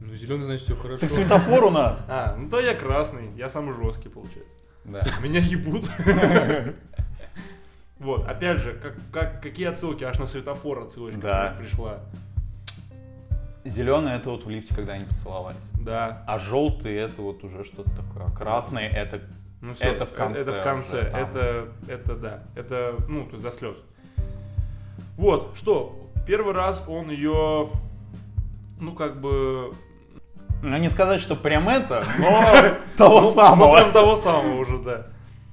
C: Ну, зеленый, значит, все хорошо.
B: Так светофор у нас.
A: А, ну да я красный, я самый жесткий получается.
B: Да.
A: Меня ебут. Вот, опять же, как, как, какие отсылки, аж на светофор отсылочка
B: Да.
A: пришла.
B: Зеленый это вот в лифте, когда они поцеловались.
A: Да.
B: А желтый это вот уже что-то такое. А Красный это
A: Ну всё,
B: Это в конце
A: Это в конце.
B: уже, там.
A: Это, это да. Это, ну, то есть до слез. Вот, что, первый раз он ее, ну, как бы...
B: Ну, не сказать, что прям это, но того
A: Ну,
B: самого.
A: прям того самого уже, да.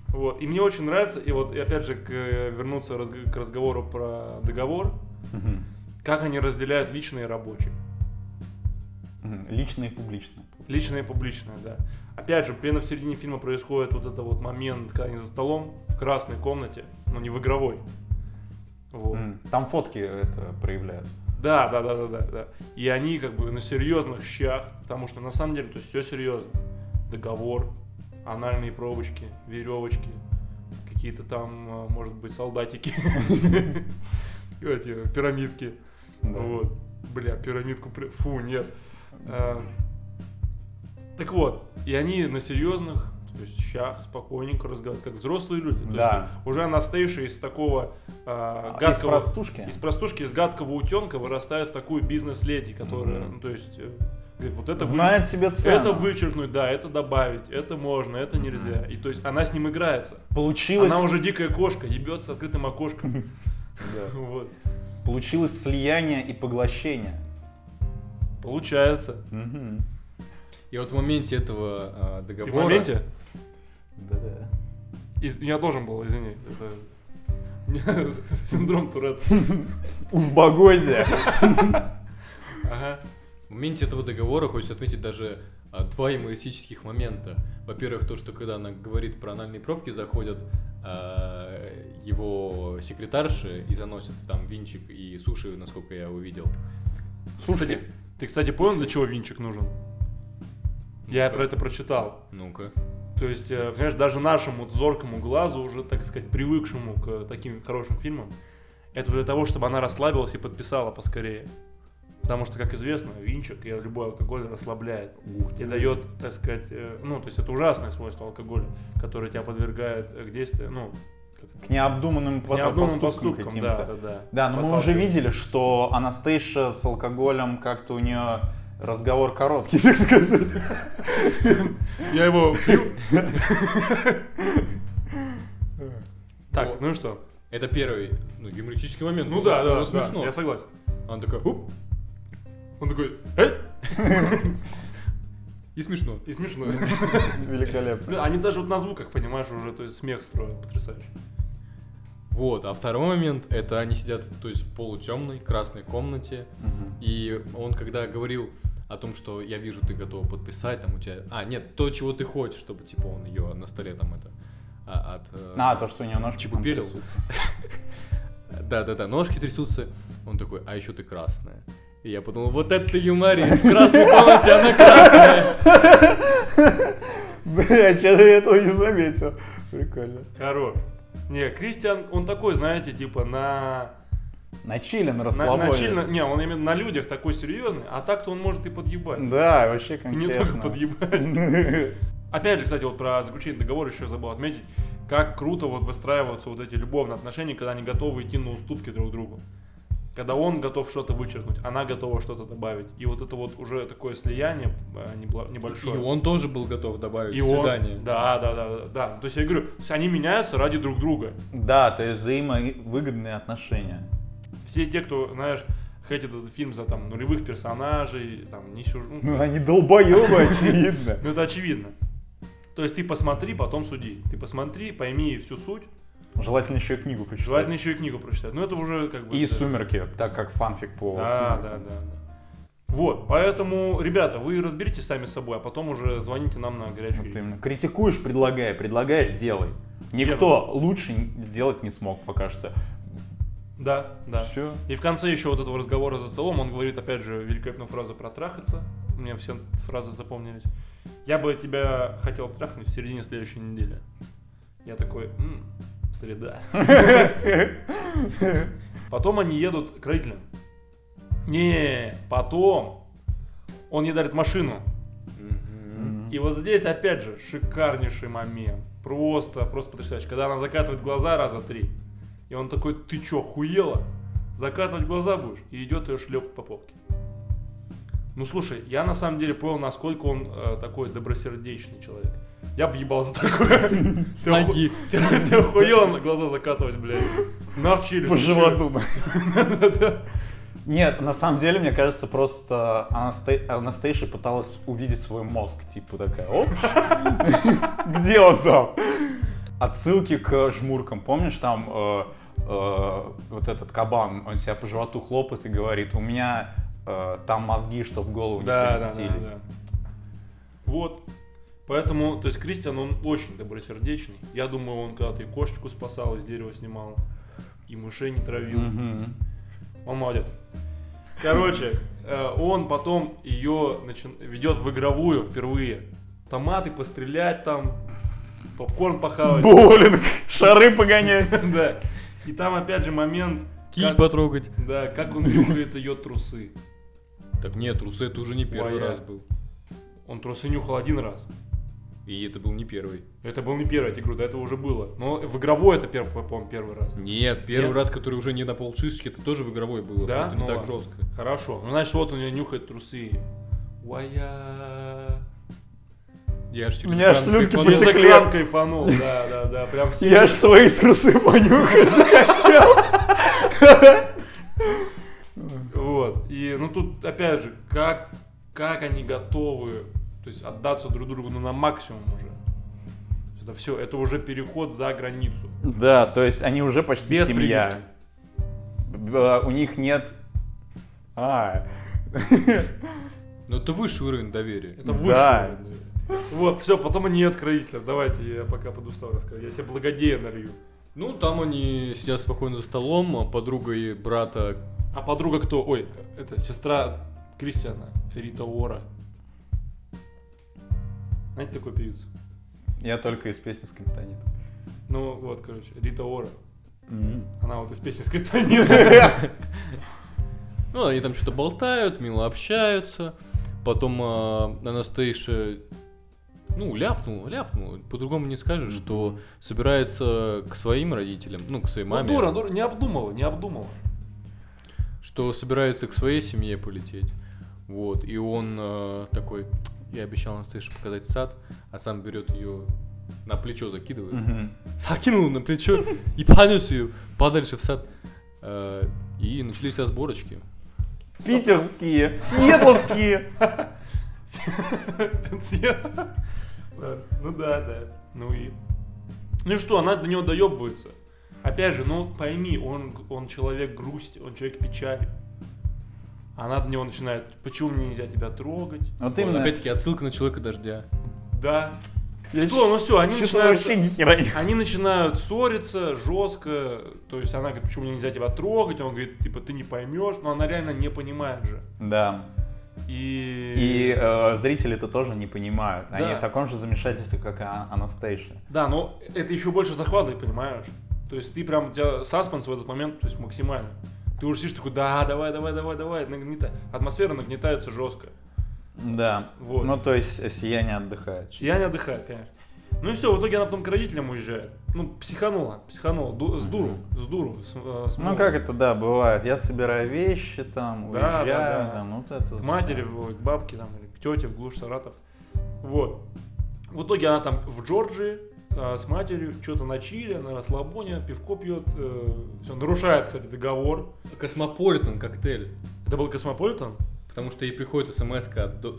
A: Вот, и мне очень нравится, и вот, и опять же, к, э, вернуться разг- к разговору про договор,
B: Мгм.
A: как они разделяют личное и рабочее.
B: Мгм. Личное и публичное.
A: Личное и публичное, да. Опять же, примерно в середине фильма происходит вот это вот момент, когда они за столом, в красной комнате, но не в игровой. Вот.
B: М, Там фотки это проявляют.
A: Да, да, да, да, да, да. И они как бы на серьезных щах, потому что на самом деле, то есть все серьезно. Договор, анальные пробочки, веревочки, какие-то там, э, может быть, солдатики, эти э, пирамидки. Вот. Бля, пирамидку... при- Фу, нет. Э, Так вот, и они на серьезных, то есть щах, спокойненько разговаривают, как взрослые люди. То
B: Да.
A: есть уже настоящие из такого э,
B: А, Из
A: гадкого...
B: простушки?
A: Из простушки, из гадкого утенка вырастает в такую бизнес-леди, которая,
B: Мгм.
A: ну, то есть, э, говорит, вот это вы-
B: Знает себе цену.
A: это вычеркнуть, да, это добавить, это можно, это нельзя. И то есть она с ним играется.
B: Получилось...
A: Она уже дикая кошка, ебет с открытым окошком.
B: Да.
A: Вот.
B: Получилось слияние и поглощение.
A: Получается.
B: Мгм.
C: И вот в моменте этого а,
A: И в
C: договора...
A: моменте,
B: Да-да.
A: и- я должен был, извини, это у меня синдром Туретт.
B: В Богозе.
A: Ага.
C: В моменте этого договора хочется отметить даже а, два юмористических момента. Во-первых, то, что когда она говорит про анальные пробки, заходят а, его секретарши и заносят там винчик и суши, насколько я увидел.
A: Слушай, ты, кстати, понял, для чего винчик нужен? Я
C: Ну-ка.
A: про это прочитал.
C: Ну-ка.
A: То есть, э, понимаешь, даже нашему зоркому глазу, уже, так сказать, привыкшему к таким хорошим фильмам, это для того, чтобы она расслабилась и подписала поскорее. Потому что, как известно, винчик и любой алкоголь расслабляет и дает, так сказать, э, ну, то есть это ужасное свойство алкоголя, которое тебя подвергает э, к действию, ну,
B: К необдуманным, по-
A: необдуманным
B: поступкам
A: поступкам,
B: каким-то.
A: да, да, да.
B: Да, но мы уже
A: Подталкивает.
B: видели, что Анастейша с алкоголем как-то у нее разговор короткий, так сказать.
A: Я его пью. Так, ну и что?
C: Это первый ну, юмористический момент.
A: Ну
C: Было-
A: да, да,
C: было
A: да,
C: смешно.
A: я согласен.
C: Она такая, «Уп!»
A: Он такой, «Эй!»
C: и смешно.
A: и смешно.
B: Великолепно.
A: Бля, Они даже вот на звуках, понимаешь, уже, то есть смех строят, потрясающе.
C: Вот, а второй момент, это они сидят, в- то есть в полутемной красной комнате,
B: Мгм.
C: И он когда говорил о том, что я вижу, ты готова подписать, там у тебя... А, нет, то, чего ты хочешь, чтобы, типа, он ее на столе там это... а, от... э,
B: А, то, что у нее ножки там
C: Чебупелил.
B: трясутся.
C: Да-да-да, ножки трясутся. Он такой, а еще ты красная. И я подумал, вот это ты юморист, в красной комнате она красная.
B: Бля, что-то я этого не заметил. Прикольно.
A: Хорош. Не, Кристиан, он такой, знаете, типа на...
B: На чиле, на
A: На, на
B: расслабоне.
A: чильно- не, он именно на людях такой серьезный, а так-то он может и подъебать.
B: Да, вообще
A: И
B: конкретно.
A: не только подъебать. Опять же, кстати, вот про заключение договора еще забыл отметить, как круто вот выстраиваются вот эти любовные отношения, когда они готовы идти на уступки друг другу. Когда он готов что-то вычеркнуть, она готова что-то добавить. И вот это вот уже такое слияние э, небла-
C: И
A: небольшое.
C: он тоже был готов добавить
A: И он-
C: свидание.
A: Да, да, да, да, да. То есть я говорю, то есть они меняются ради друг друга.
B: Да, то есть взаимовыгодные отношения.
A: Все те, кто, знаешь, хейтит этот фильм за там нулевых персонажей, там не сюжет.
B: Ну, они долбоебы, очевидно.
A: Ну это очевидно. То есть ты посмотри, потом суди. Ты посмотри, пойми всю суть.
B: Желательно еще и книгу почитать.
A: Желательно еще и книгу прочитать. Но это уже как бы...
B: И
A: это-
B: «Сумерки», так как фанфик по
A: Да,
B: «Сумеркам».
A: да, да, да. Вот, поэтому, ребята, вы разберитесь сами с собой, а потом уже звоните нам на горячую
B: Вот
A: линию.
B: Ну, именно. Критикуешь, предлагай, предлагаешь, делай. Никто лучше сделать не смог пока что.
A: Да, да.
B: Все.
A: И в конце еще вот этого разговора за столом он говорит, опять же, великолепную фразу про трахаться. Мне все фразы запомнились. Я бы тебя хотел трахнуть в середине следующей недели. Я такой, «М, среда. Потом они едут к родителям. Не, потом он ей дарит машину.
C: Мгм.
A: И вот здесь, опять же, шикарнейший момент. Просто, просто потрясающе. Когда она закатывает глаза раза три, и он такой, ты чё, хуела? Закатывать глаза будешь? И идет ее шлеп по попке. Ну слушай, я на самом деле понял, насколько он э, такой добросердечный человек. Я бы ебал за такое. Ты оху-
C: Ноги.
A: Ты ты охуел на глаза закатывать, блядь. Навчили.
B: По животу. Нет, на самом деле, мне кажется, просто Анаста- Анастейша пыталась увидеть свой мозг. Типа такая, опс, где он там? Отсылки к жмуркам. Помнишь, там э, э, вот этот кабан, он себя по животу хлопает и говорит, у меня э, там мозги, что в голову не
A: Да, да, да,
B: поместились.
A: да. Вот. Поэтому, то есть Кристиан, он очень добросердечный. Я думаю, он когда-то и кошечку спасал, из дерева снимал, и мышей не травил.
B: Мгм.
A: Он молодец. Короче, э, он потом ее ведет в игровую впервые. Томаты пострелять там, попкорн похавать.
B: Боулинг, шары погонять.
A: Да. И там опять же момент,
C: Киль
A: Как-
C: потрогать.
A: да, как он нюхает ее трусы.
C: Так нет, трусы это уже не первый
A: Моя.
C: раз был.
A: Он трусы нюхал один раз.
C: И это был не первый.
A: Это был не первый, я тебе говорю, до этого уже было. Но в игровой это, пер- по-моему, первый раз.
C: Нет, первый
A: Нет?
C: раз, который уже не на полшишечки, это тоже в игровой было.
A: Да?
C: Просто не
A: Ну
C: так
A: ладно.
C: жестко.
A: Хорошо. Ну, значит, вот он ее нюхает трусы. Уая.
C: Я аж через
B: меня аж
C: экран
B: слюнки
A: Он
C: кайфанул.
B: потекли.
A: за
B: Мотоциклет.
A: экран кайфанул, да, да, да, прям все.
B: Я ж свои трусы понюхать захотел.
A: Вот. И, ну, тут, опять же, как, как они готовы, то есть, отдаться друг другу, ну, на максимум уже. То есть Это все, это уже переход за границу.
B: Да, то есть они уже почти
A: Без
B: семья. Б- э, У них нет... А,
C: Но Ну, это высший уровень доверия.
A: Это выше.
B: Да.
A: Вот, все, потом они от родителям. Давайте, я пока подустал рассказывать. Я себе благодея налью.
C: Ну, там они сидят спокойно за столом, а подруга и брата...
A: А подруга кто? Ой, это сестра Кристиана, Рита Ора. Знаете такой певицу?
B: я только из песни Скриптонит.
A: Ну, вот, короче, Рита Ора.
B: Мгм.
A: Она вот из песни Скриптонит.
C: Ну, они там что-то болтают, мило общаются. Потом а, Анастейша, ну, ляпнула, ляпнула. По-другому не скажешь, что собирается к своим родителям, ну, к своей
A: Ну,
C: маме.
A: дура, дура, не обдумала, не обдумала.
C: что собирается к своей семье полететь. Вот, и он э, такой, я обещал Анастейше показать сад, а сам берет ее на плечо закидывает.
B: Мгм.
C: Закинул на плечо и понес ее подальше в сад. Э, и начались разборочки.
B: Питерские, сиэтлские.
A: Да, Ну да, да. Ну и... Ну и что, она до него доебывается. Опять же, ну пойми, он, он человек грусти, он человек печали. Она до него начинает, почему мне нельзя тебя трогать?
B: Вот
C: Вот,
B: именно.
C: Э, опять-таки отсылка на человека дождя.
A: Да.
B: Я
A: что, ну все, они
B: Чё-то
A: начинают...
B: вообще ни хера не-
A: Они начинают ссориться жестко, то есть она говорит, почему мне нельзя тебя трогать, он говорит, типа, ты не поймешь, но она реально не понимает же.
B: Да. И
A: И...
B: э, зрители это тоже не понимают. Они
A: Да.
B: в таком же замешательстве, как и Ан- Анастейша.
A: Да, но это еще больше захватывает, понимаешь? То есть ты прям, у тебя саспенс в этот момент, то есть максимально. Ты уже сидишь такой, да, давай, давай, давай, давай, нагнета- Атмосфера нагнетается жестко.
B: Да.
A: Вот.
B: Ну, то есть э, сияние отдыхает.
A: Я не отдыхаю, конечно. Ну и все, в итоге она потом к родителям уезжает. Ну, психанула, психанула, ду- с дуру, с дуру. с, э, с
B: Ну,
A: молу.
B: как это, да, бывает. Я собираю вещи, там,
A: Да,
B: уезжаю,
A: да, да.
B: там, вот это.
A: к матери, вот, к бабке, там, или к тете, в глушь Саратов. Вот. В итоге она там в Джорджии а, с матерью, что-то на чиле, на расслабоне, пивко пьет. все, нарушает, кстати, договор.
C: Космополитен коктейль.
A: Это был Космополитен?
C: Потому что ей приходит смс от до-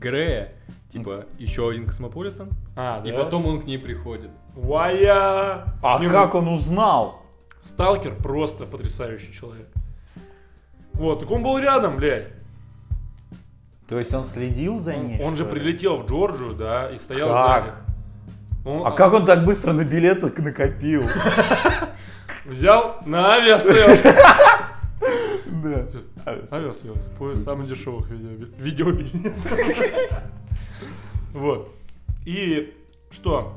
C: Грея, типа, еще один космополитен.
A: А,
C: И потом он к ней приходит.
A: Вая!
B: А
A: Не, ну,
B: как он узнал?
A: Сталкер просто потрясающий человек. Вот, так он был рядом, блядь.
B: То есть он следил за ней?
A: Он же
B: что ли?
A: прилетел в Джорджию, да, и стоял
B: Как?
A: сзади. Он,
B: А как он так быстро на билеты накопил?
A: Взял на авиасейлс.
B: Да.
A: а, Авиасейлс. Поезд самых дешевых видео- видеобилетов. Вот. И что?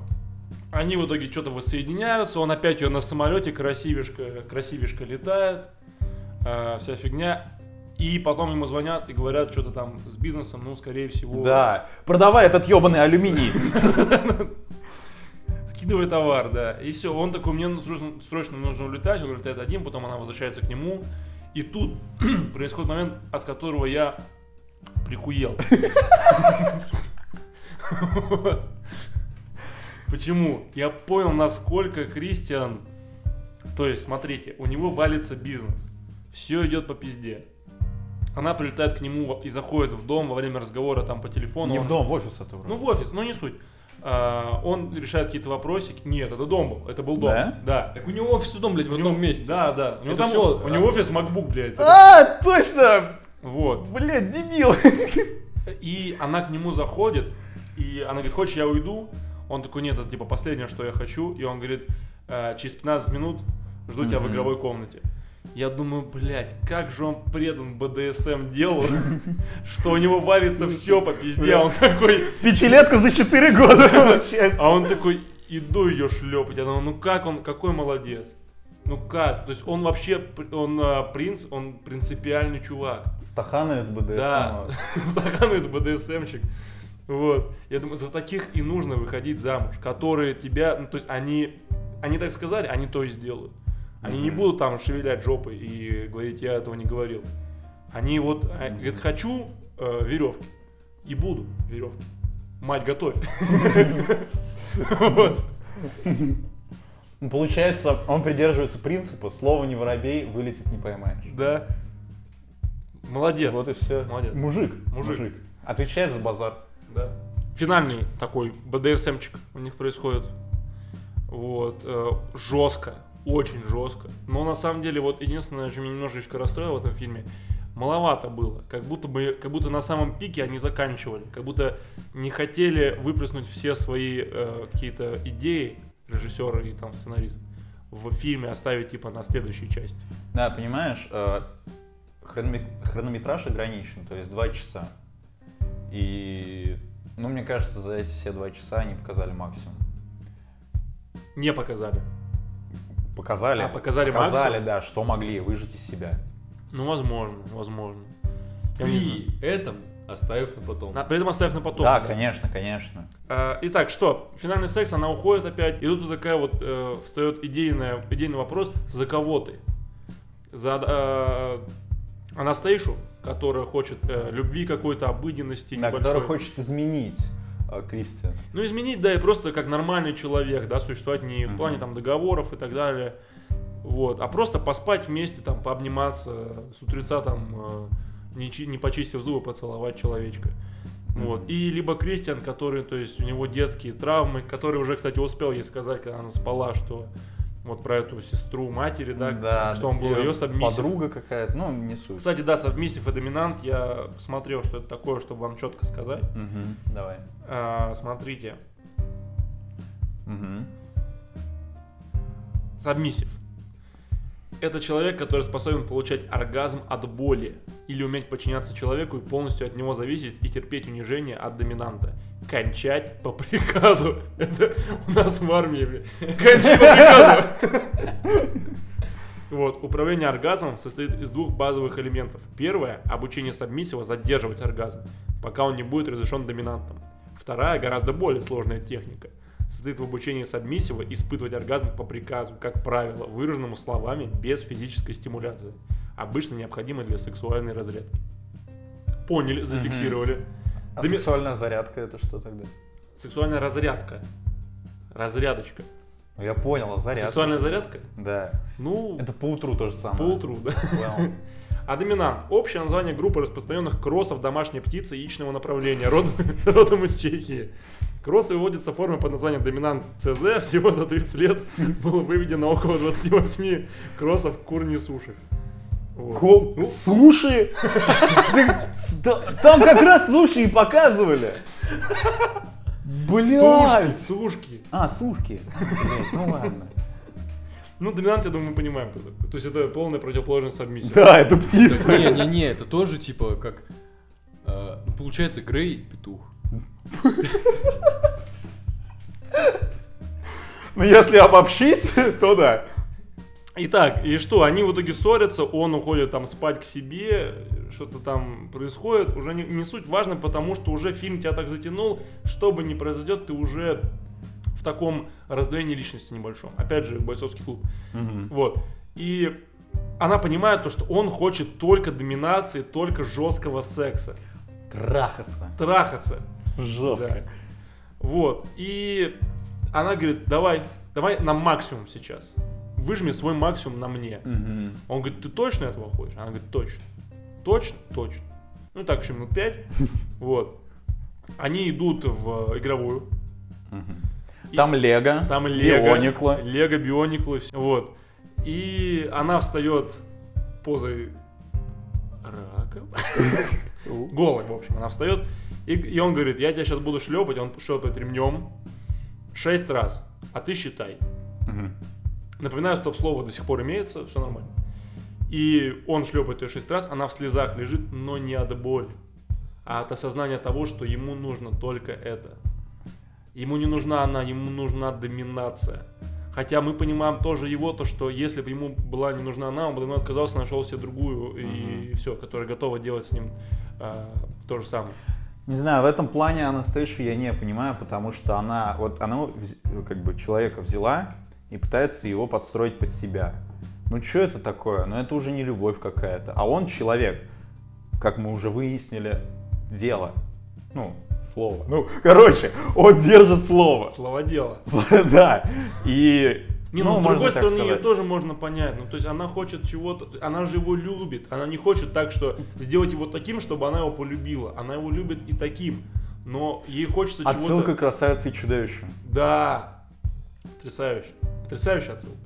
A: Они в итоге что-то воссоединяются, он опять ее на самолете красивишка, красивишка летает, э, вся фигня. И потом ему звонят и говорят что-то там с бизнесом, ну, скорее всего,
B: Да. Продавай этот ебаный алюминий.
A: скидывай товар, да. И все, он такой, мне ну, срочно- срочно нужно улетать, он улетает один, потом она возвращается к нему. И тут происходит момент, от которого я прихуел. Вот. Почему? Я понял, насколько Кристиан... То есть, смотрите, у него валится бизнес. Все идет по пизде. Она прилетает к нему и заходит в дом во время разговора там по телефону.
B: Не в
A: Он-
B: дом, в офис это вроде.
A: ну, в офис, но не суть. А, он решает какие-то вопросики. Нет, это дом был. Это был дом.
B: Да?
A: Да.
C: Так у него офис у дома, блядь, в одном месте.
A: Да, да. У него,
C: Это
A: там-
C: всё,
A: у
C: а-
A: него офис MacBook, блядь.
B: А, точно!
A: Вот.
B: Блядь, дебил.
A: И она к нему заходит, и она говорит, хочешь, я уйду? Он такой, нет, это типа последнее, что я хочу. И он говорит, «Э, через 15 «А, минут жду тебя в
B: Мгм.
A: игровой комнате. Я думаю, блядь, как же он предан БДСМ делу, что у него валится все по пизде, а он такой,
B: Пятилетка за 4 года получается.
A: а он такой, иду ее шлепать. Я думаю, ну как он, какой молодец. Ну как? То есть он вообще, пр- он а, принц, он принципиальный чувак.
B: Стахановец БДСМ.
A: Да, Стакан это БДСМчик. Вот. Я думаю, за таких и нужно выходить замуж, которые тебя, ну, то есть они, они так сказали, они то и сделают. Они не
B: Мгм.
A: будут там шевелять жопы и говорить, я этого не говорил. Они вот, э, говорят, хочу веревки. И буду веревки. Мать, готовь. Вот.
B: Ну, Получается, он придерживается принципа «слово не воробей, вылетит не поймаешь».
A: Да. Молодец.
B: Вот и все.
A: Молодец.
B: Мужик.
A: Мужик.
B: Отвечает за базар.
A: Да. Финальный такой БДСМчик у них происходит. Вот. э, жестко. Очень жестко. Но на самом деле, вот единственное, что меня немножечко расстроило в этом фильме, маловато было. Как будто бы, как будто на самом пике они заканчивали. Как будто не хотели выплеснуть все свои э, какие-то идеи режиссеры и там сценарист в фильме оставить типа на следующей части.
B: Да, понимаешь, э, хрономет- хронометраж ограничен, то есть два часа. И, ну, мне кажется, за эти все два часа они показали максимум.
A: Не показали.
B: Показали.
A: А, показали
B: Показали,
A: максимум?
B: да, что могли выжить из себя.
A: Ну, возможно, возможно. Я
B: Ну,
A: не знаю.
C: При этом оставив на потом.
A: На- при этом оставь на потом.
B: да, конечно, конечно.
A: А, Итак, что? Финальный секс, она уходит опять, и тут вот такая вот э, встает идейная, идейный вопрос, за кого ты? За э, Анастейшу, которая хочет э, любви какой-то, обыденности
B: Да,
A: небольшой.
B: который хочет изменить э, Кристиана.
A: Ну, изменить, да, и просто как нормальный человек, да, существовать не в
B: Мгм.
A: плане там договоров и так далее, вот, а просто поспать вместе, там, пообниматься, э, с утреца там, э, не, чи- не почистив зубы, поцеловать человечка. Вот.
B: Мгм.
A: И либо Кристиан, который, то есть у него детские травмы, который уже, кстати, успел ей сказать, когда она спала, что вот про эту сестру матери, да, что он был
B: её
A: ее сабмиссив.
B: Подруга какая-то, ну, не суть.
A: Кстати, да, сабмиссив и доминант, я смотрел, что это такое, чтобы вам четко сказать.
B: Мгм, Давай.
A: А, смотрите,
B: Мгм.
A: Сабмиссив. Это человек, который способен получать оргазм от боли или уметь подчиняться человеку и полностью от него зависеть и терпеть унижение от доминанта. Кончать по приказу. Это у нас в армии, блин. Кончать по приказу. Вот, управление оргазмом состоит из двух базовых элементов. Первое – обучение сабмиссива задерживать оргазм, пока он не будет разрешен доминантом. Вторая, гораздо более сложная техника, состоит в обучении сабмиссива испытывать оргазм по приказу, как правило, выраженному словами без физической стимуляции, обычно необходимой для сексуальной разрядки. Поняли, зафиксировали.
B: А
A: Доми-
B: сексуальная зарядка это что тогда?
A: Сексуальная разрядка. Разрядочка.
B: Ну, Я понял, а зарядка.
A: Сексуальная зарядка?
B: Да.
A: Ну,
B: Это по утру то же самое.
A: по утру, да.
B: Понял.
A: А доминант – общее название группы распространенных кроссов домашней птицы яичного направления, род- родом из Чехии. Кроссы выводятся формы под названием доминант ЦЗ. Всего за 30 лет было выведено около 28 кроссов курни суши. Вот.
B: Ко- Суши? Да, да, Там как раз суши и показывали.
A: Сушки,
B: Блять.
A: сушки.
B: А, сушки. Блядь, Ну ладно.
A: Ну, доминант, я думаю, мы понимаем кто такой. То есть это полная противоположность сабмиссии.
B: Да, это птица.
C: Не-не-не, это тоже типа как... э, ну, Получается, Грей петух.
B: Ну если обобщить, то да.
A: Итак, и что, они в итоге ссорятся, он уходит там спать к себе, что-то там происходит, уже не, не суть важно, потому что уже фильм тебя так затянул, что бы ни произойдет, ты уже в таком раздвоении личности небольшом. Опять же, бойцовский клуб. Вот. И она понимает то, что он хочет только доминации, только жесткого секса.
B: Трахаться.
A: Трахаться.
B: Жестко.
A: Да. Вот. И она говорит, давай, давай на максимум сейчас. Выжми свой максимум на мне.
B: Мгм.
A: Он говорит, ты точно этого хочешь? Она говорит, точно. Точно? Точно. Ну так еще минут пять. Вот. Они идут в э, игровую.
B: Мгм. Там Лего.
A: Там Лего.
B: Бионикла.
A: Лего, Биониклы. всё. Вот. И она встает позой рака. Голой, в общем. Она встает. И, и он говорит, я тебя сейчас буду шлепать. Он шлепает ремнем. Шесть раз. А ты считай.
B: Мгм.
A: Напоминаю, стоп-слово до сих пор имеется, все нормально. И он шлепает ее шесть раз, она в слезах лежит, но не от боли, а от осознания того, что ему нужно только это. Ему не нужна она, ему нужна доминация. Хотя мы понимаем тоже его, то что если бы ему была не нужна она, он бы давно отказался, нашел себе другую и все, которая готова делать с ним а, то же самое.
B: Не знаю, в этом плане Анастейшу я не понимаю, потому что она, вот она вз- как бы человека взяла и пытается его подстроить под себя. Ну что это такое? Ну это уже не любовь какая-то. А он человек, как мы уже выяснили, дело. Ну, слово. Ну, короче, он держит слово.
A: Слово дело.
B: Да. И...
A: Не, ну, с другой
B: можно так
A: стороны, ее
B: сказать.
A: тоже можно понять. Ну, то есть она хочет чего-то, она же его любит. Она не хочет так, что сделать его таким, чтобы она его полюбила. Она его любит и таким. Но ей хочется
B: Отсылка
A: чего-то.
B: к красавице и чудовищу.
A: Да. Потрясающе. Потрясающая отсылка.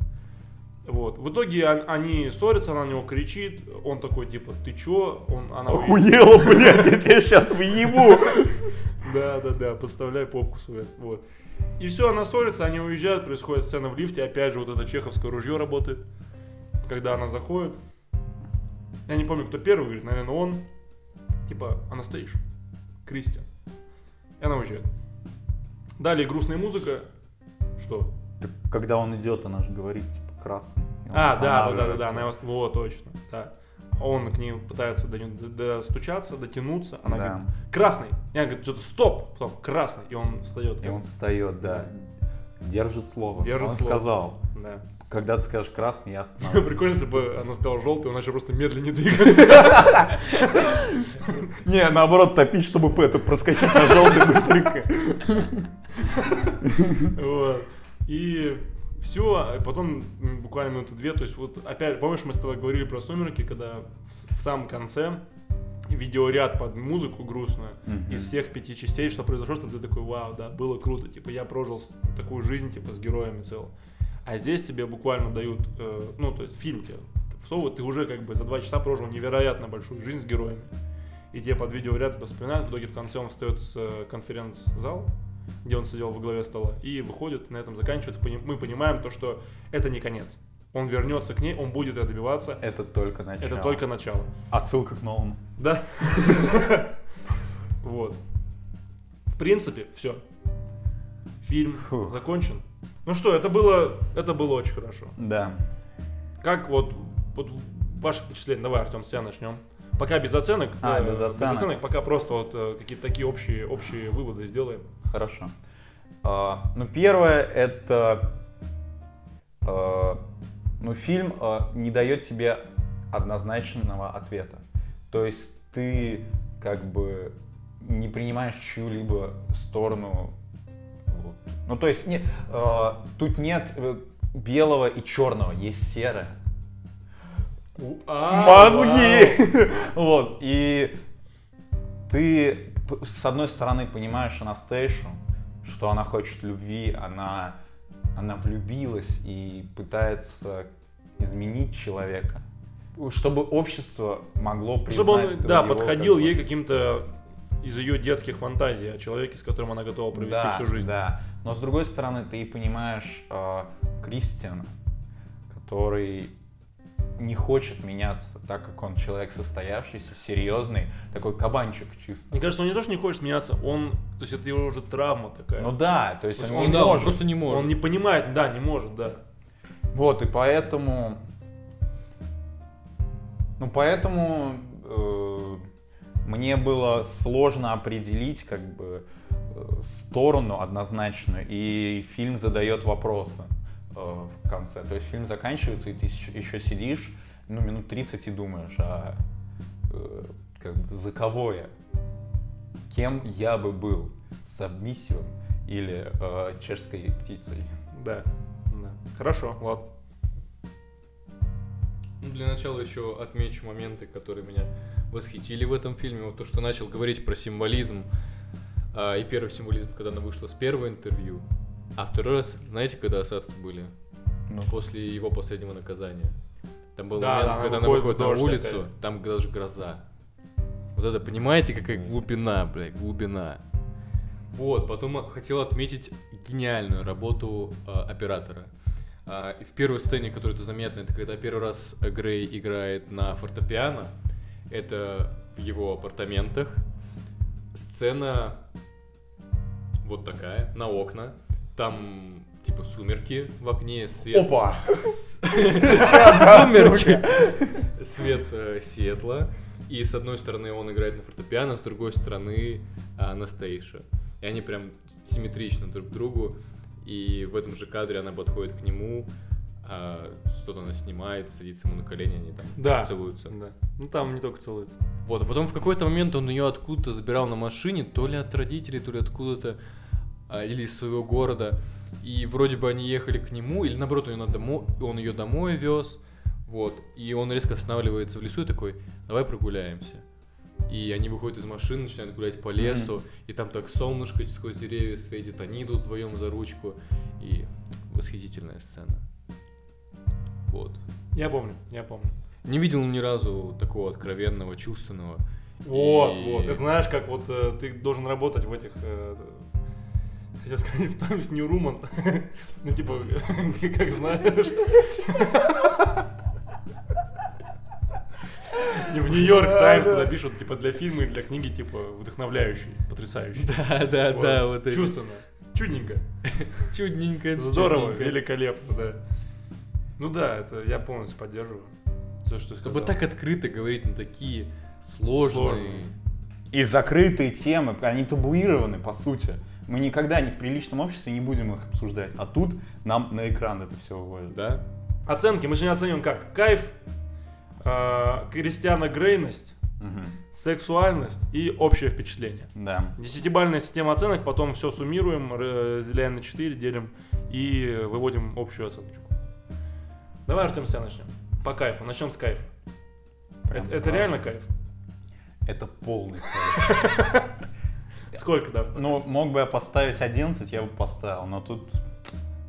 A: Вот. В итоге он- они ссорятся, она на него кричит. Он такой, типа, ты чё? Он, она уедет.
B: Охуела, блядь, я тебя сейчас въебу.
A: Да, да, да, подставляй попку свою. Вот. И все, она ссорится, они уезжают, происходит сцена в лифте, опять же вот это чеховское ружье работает, когда она заходит. Я не помню, кто первый говорит, наверное, он. Типа, Анастейш, Кристиан. И она уезжает. Далее грустная музыка. Что?
B: Так когда он идет, она же говорит, типа, красный. И он
A: А, да, да, да, да, да,
B: останавливается.
A: она его... Во, точно, да. Он к ней пытается до неё д- достучаться, дотянуться. Она
B: Да.
A: говорит, красный. И она говорит, что-то стоп, потом красный. И он встает.
B: И он встает, да. Держит слово.
A: Держит
B: он
A: слово.
B: сказал,
A: Да.
B: когда ты скажешь красный, я остановлюсь.
A: Прикольно, если бы она сказала желтый, он начал просто медленнее двигаться.
B: Не, наоборот, топить, чтобы п- это проскочить на желтый быстренько.
A: Вот. И все, потом м, буквально минуты две, то есть вот опять, помнишь, мы с тобой говорили про «Сумерки», когда в, с- в самом конце видеоряд под музыку грустную
B: Мгм.
A: из всех пяти частей, что произошло, чтобы ты такой, вау, да, было круто, типа я прожил с- такую жизнь, типа с героями целую. А здесь тебе буквально дают, э, ну, то есть фильм тебе всовывают, ты уже как бы за два часа прожил невероятно большую жизнь с героями. И тебе под видеоряд это вспоминают, в итоге в конце он встает с э, конференц-зала, где он сидел во главе стола, и выходит, на этом заканчивается. Пони- Мы понимаем то, что это не конец. Он вернется к ней, он будет ее добиваться.
B: Это только начало.
A: Это только начало.
B: Отсылка к новому.
A: Да. Вот. В принципе, все. Фильм
B: Фух.
A: закончен. Ну что, это было, это было очень хорошо.
B: Да.
A: Как вот, вот ваше впечатление? Давай, Артем, с тебя начнем. Пока без оценок.
B: А,
A: э,
B: без оценок.
A: пока просто вот э, какие-то такие общие, общие выводы сделаем.
B: Хорошо. А, ну, первое это... а, ну, фильм а, не дает тебе однозначного ответа. То есть ты как бы не принимаешь чью-либо сторону. Вот. Ну, то есть не, а, тут нет э, белого и черного, есть серое.
A: а,
B: Мозги! Вот. И ты, п- с одной стороны, понимаешь Анастейшу, что она хочет любви, она, она влюбилась и пытается изменить человека. Чтобы общество могло признать...
A: Чтобы он, да,
B: его
A: подходил
B: как бы-
A: ей каким-то из ее детских фантазий о человеке, с которым она готова провести
B: Да,
A: всю жизнь.
B: Да, но с другой стороны, ты и понимаешь э, Кристиана, который не хочет меняться, так как он человек состоявшийся, серьезный, такой кабанчик чисто.
A: Мне кажется, он не то, что не хочет меняться, он, то есть это его уже травма такая.
B: Ну да, то есть
C: То есть
B: он,
C: он,
B: не
C: да, он
B: может.
C: просто не может.
A: Он не понимает, да, не может, да.
B: Вот, и поэтому... Ну, поэтому э, мне было сложно определить, как бы, э, сторону однозначную, и фильм задает вопросы э, в конце. То есть фильм заканчивается, и ты еще, еще сидишь, ну, минут 30 и думаешь, а э, как бы, за кого я? Кем я бы был? Сабмиссивом или э, чешской птицей?
A: Да. да. Хорошо, ладно.
C: Ну, Для начала еще отмечу моменты, которые меня восхитили в этом фильме. Вот то, что начал говорить про символизм. А, и первый символизм, когда она вышла с первого интервью. А второй раз, знаете, когда осадки были?
B: Ну.
C: После его последнего наказания. Там был
A: Да,
C: момент,
A: да, она
C: когда она
A: выходит в
C: выходит на
A: дождь
C: улицу, там даже гроза. Вот это, понимаете, какая глубина, блядь, глубина. Вот, потом хотел отметить гениальную работу э, а, оператора. А, и в первой сцене, которая это заметна, это когда первый раз Грей играет на фортепиано. Это в его апартаментах. Сцена вот такая, на окна. Там типа сумерки в окне, свет.
B: Опа!
C: С- Сумерки. Свет э, Сиэтла. И с одной стороны он играет на фортепиано, с другой стороны а, Анастейша. И они прям симметрично друг к другу. И в этом же кадре она подходит к нему, а, что-то она снимает, садится ему на колени, они там
A: Да.
C: целуются.
A: Да. Ну там не только целуется.
C: Вот, а потом в какой-то момент он ее откуда-то забирал на машине, то ли от родителей, то ли откуда-то, а, или из своего города. И вроде бы они ехали к нему, или наоборот, он ее, домо... он ее домой вез. Вот, и он резко останавливается в лесу и такой, давай прогуляемся. И они выходят из машины, начинают гулять по лесу, и там так солнышко сквозь деревья светит, они идут вдвоем за ручку, и восхитительная сцена. Вот.
A: Я помню, я помню.
C: Не видел ни разу такого откровенного, чувственного.
A: Вот,
C: И-
A: вот. Это знаешь, как вот э, ты должен работать в этих... э, Хотел сказать, в Times New Roman. Ну, типа, ты как знаешь. Не в Нью-Йорк
B: Да,
A: Таймс,
B: да.
A: когда пишут, типа, для фильма и для книги, типа, вдохновляющий, потрясающий.
C: Да, А, да,
A: Вот.
C: да, вот это.
A: Чувственно. Чудненько.
C: Чудненько.
A: Здорово,
C: чудненько.
A: великолепно, да. Ну да, это я полностью поддерживаю. Все, что ты
C: Чтобы
A: сказал.
C: так открыто говорить на такие сложные.
A: Сложные.
B: И закрытые темы, они табуированы, по сути. Мы никогда не в приличном обществе не будем их обсуждать. А тут нам на экран это все выводят.
C: Да?
A: Оценки мы сегодня оценим как кайф, э, Кристиана Грейность,
B: Мгм.
A: сексуальность и общее впечатление.
B: Да.
A: Десятибальная система оценок, потом все суммируем, р- разделяем на 4, делим и выводим общую оценочку. Давай, Артем, с тебя начнем. По кайфу, начнем с кайфа.
B: Прям
A: это это
B: сразу.
A: реально кайф?
B: Это полный кайф.
A: Сколько, да?
B: Ну, мог бы я поставить 11, я бы поставил, но тут,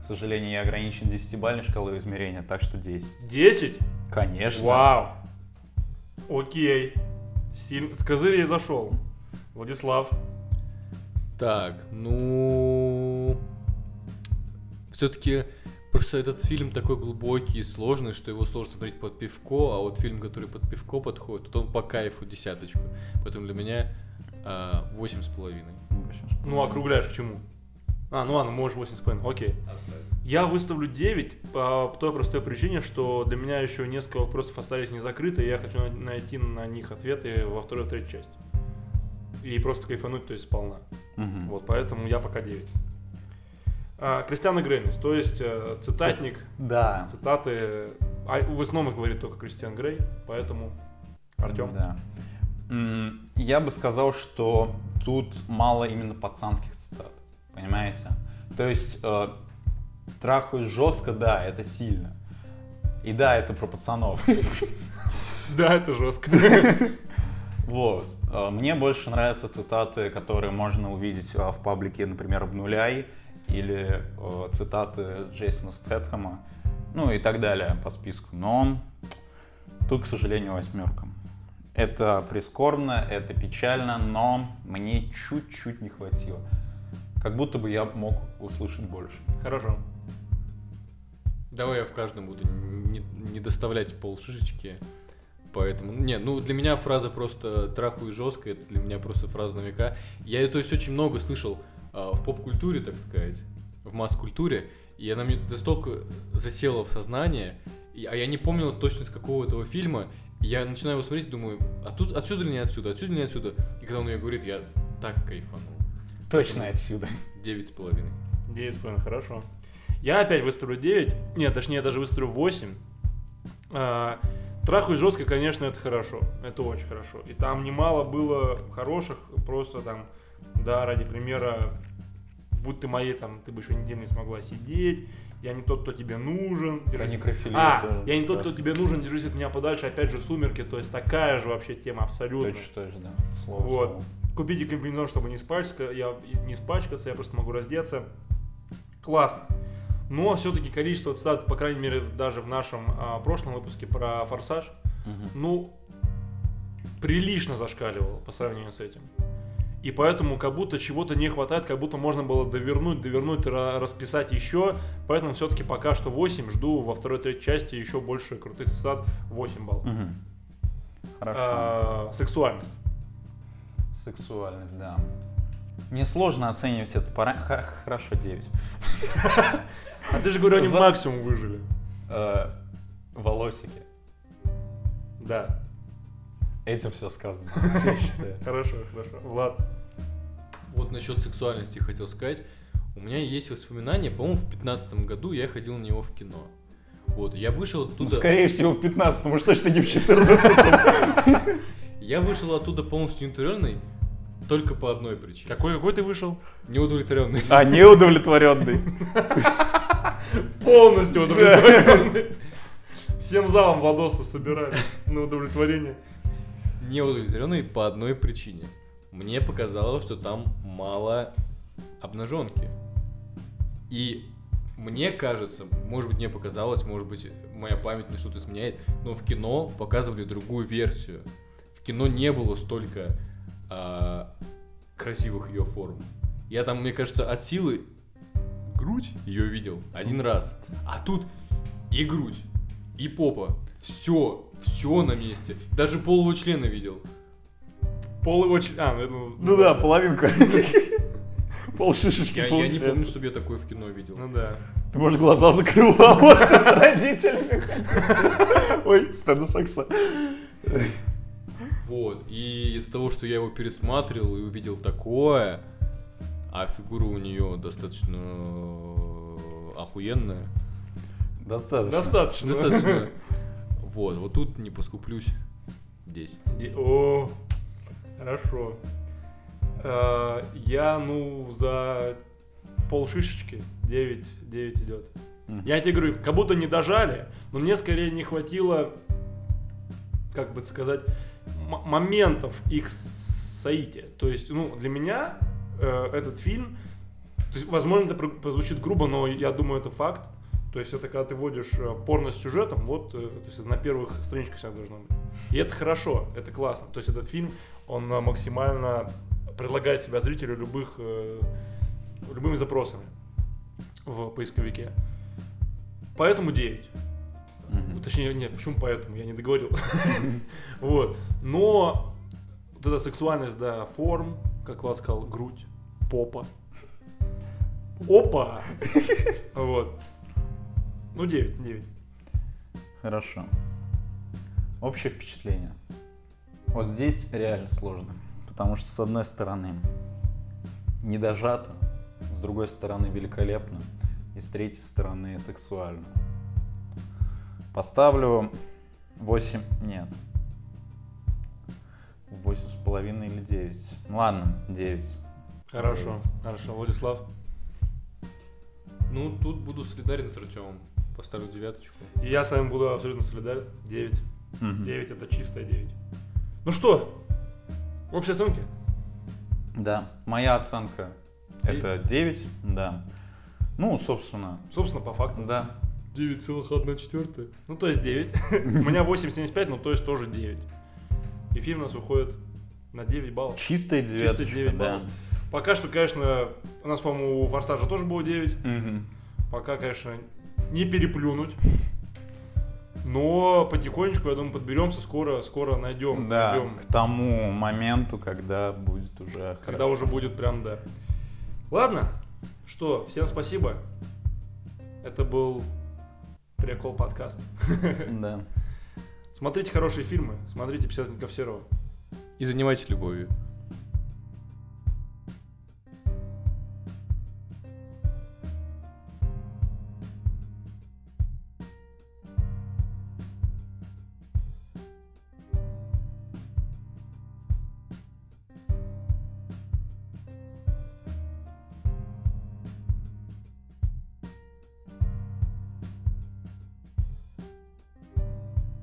B: к сожалению, я ограничен 10-бальной шкалой измерения, так что 10.
A: 10?
B: Конечно.
A: Вау! Окей. Сильно- С козырей зашел. Владислав.
C: Так, ну. Все-таки просто этот фильм такой глубокий и сложный, что его сложно смотреть под пивко, а вот фильм, который под пивко подходит, вот он по кайфу десяточку. Поэтому для меня а, восемь с половиной.
B: В общем,
A: Ну, округляешь к чему? А, ну ладно, можешь 8,5. Окей. Я выставлю 9 по той простой причине, что для меня еще несколько вопросов остались незакрыты, и я хочу на- найти на них ответы во второй, третьей части. И просто кайфануть, то есть сполна.
B: Мгм.
A: Вот, поэтому я пока 9. А, Кристиана Грейнис, то есть э, цитатник,
B: Да.
A: цитаты... А в основном их говорит только Кристиан Грей, поэтому... Артем?
B: Да. М, Я бы сказал, что тут мало именно пацанских цитат. Понимаете? То есть э, трахаюсь жестко, да, это сильно. И да, это про пацанов.
A: Да, это жестко.
B: Вот. Э, Мне больше нравятся цитаты, которые можно увидеть э, в паблике, например, «Обнуляй» или э, цитаты Джейсона Стэтхэма, ну и так далее по списку. Но тут, к сожалению, восьмерка. Это прискорбно, это печально, но мне чуть-чуть не хватило. Как будто бы я мог услышать больше.
A: Хорошо.
C: Давай я в каждом буду не, не доставлять пол шишечки. Поэтому, не, ну для меня фраза просто трахую жестко, это для меня просто фраза на века. Я ее, то есть, очень много слышал а, в поп-культуре, так сказать, в масс-культуре, и она мне настолько засела в сознание, и- а я не помнил точно с какого этого фильма, и я начинаю его смотреть, думаю, а тут отсюда или не отсюда, отсюда или не отсюда, и когда он ее говорит, я так кайфанул.
B: Точно отсюда.
C: Девять с половиной.
A: 9,5, хорошо. Я опять выставлю 9. Нет, точнее, я даже выставлю 8. А, Трахуй жестко, конечно, это хорошо. Это очень хорошо. И там немало было хороших, просто там, да, ради примера, будь ты моей, там, ты бы еще неделю не смогла сидеть, я не тот, кто тебе нужен. держись-
B: некрофилию
A: А,
B: тоже
A: я не тот, кто
B: прекрасно.
A: тебе нужен, держись от меня подальше. Опять же, сумерки, то есть такая же вообще тема абсолютно.
B: Точно, точно, да. Слово в
A: Вот.
B: слово.
A: Купите комбинезон, чтобы не испачкаться, я не испачкаться, я просто могу раздеться. Классно. Но все-таки количество цитат, по крайней мере, даже в нашем а, прошлом выпуске про форсаж,
B: Мгм.
A: ну, прилично зашкаливало по сравнению с этим. И поэтому как будто чего-то не хватает, как будто можно было довернуть, довернуть, ра- расписать еще. Поэтому все-таки пока что 8. Жду во второй-третьей части еще больше крутых цитат. 8 баллов.
B: Мгм. Хорошо.
A: А, сексуальность.
B: Сексуальность, да. Мне сложно оценивать это пара... ха- Хорошо, 9.
A: А ты же говорил, они
B: За-
A: максимум выжили.
B: Э, волосики.
A: Да.
B: Этим все сказано, я считаю.
A: Хорошо, хорошо. Влад.
C: Вот насчет сексуальности хотел сказать. У меня есть воспоминания, по-моему, в пятнадцатом году я ходил на него в кино. Вот, я вышел
B: Ну,
C: оттуда...
B: скорее всего, в 15 уж точно не в 14
C: Я вышел оттуда полностью неудовлетворенный только по одной причине.
A: Какой, какой ты вышел?
C: Неудовлетворенный.
B: А, неудовлетворенный.
A: Полностью удовлетворенный. Всем залом Владосу собирали на удовлетворение.
C: Неудовлетворенный по одной причине. Мне показалось, что там мало обнаженки. И мне кажется, может быть, мне показалось, может быть, моя память на что-то изменяет, но в кино показывали другую версию. В кино не было столько а, красивых ее форм. Я там, мне кажется, от силы грудь ее видел один раз. А тут и грудь, и попа. Все, все на месте. Даже полого члена видел.
A: Пол его... ч- А, ну, я думал,
B: Ну да, половинка. Пол шишечки
C: Я, я не
B: получается.
C: помню, чтобы я такое в кино видел.
A: Ну да.
B: Ты, может, глаза закрыла, а может, с родителями. ходила. Ой, сцена секса.
C: Вот. И из-за того, что я его пересматривал и увидел такое, а фигура у нее достаточно э, охуенная.
B: Достаточно.
A: Достаточно.
C: Достаточно. Вот, вот тут не поскуплюсь. 10.
A: И- О, хорошо. Э, Я, ну, за пол шишечки 9, 9 идет.
B: Мгм.
A: Я тебе говорю, как будто не дожали, но мне скорее не хватило, как бы это сказать, м- моментов их соития. То есть, ну, для меня э, этот фильм, то есть, возможно, это про- прозвучит грубо, но я думаю, это факт. То есть это когда ты вводишь э, порно с сюжетом, вот, э, то есть это на первых страничках всегда должно быть. И это хорошо, это классно. То есть этот фильм, он э, максимально предлагает себя зрителю любых, э, любыми запросами в поисковике. Поэтому 9. Ну,
B: Мгм.
A: Точнее, нет, почему поэтому, я не договорил. Вот. Но вот эта сексуальность, да, форм, как Влад сказал, грудь, попа. Опа! Вот. Ну, 9, 9.
B: Хорошо. Общее впечатление. Вот здесь реально сложно. Потому что, с одной стороны, недожато, с другой стороны, великолепно, и с третьей стороны, сексуально. Поставлю 8... Нет. 8,5 или 9. Ладно, 9.
A: Хорошо,
B: Девять.
A: хорошо. Владислав?
C: Ну, тут буду солидарен с Артемом. Поставлю девяточку.
A: И Я с вами буду абсолютно солидарен. 9. 9 это чистая 9. Ну что? Общие оценки?
B: Да, моя оценка
A: И-
B: это 9, да. Ну, собственно,
A: Собственно, по факту.
B: да,
A: 9,1 Ну, то есть 9. У меня 8,75, ну, то есть тоже 9. И фильм у нас выходит на 9 баллов.
B: чистая девяточка,
A: девять
B: да.
A: баллов. Пока что, конечно, у нас, по-моему, у Форсажа тоже было 9.
B: Мгм.
A: Пока, конечно, не переплюнуть. Но потихонечку, я думаю, подберемся, скоро, скоро найдем.
B: Да,
A: найдем.
B: к тому моменту, когда будет уже...
A: Когда уже будет прям, да. Ладно, что, всем спасибо. Это был прикол подкаст.
B: хорошо. Да.
A: Смотрите хорошие фильмы, смотрите «50 оттенков серого».
C: И занимайтесь любовью.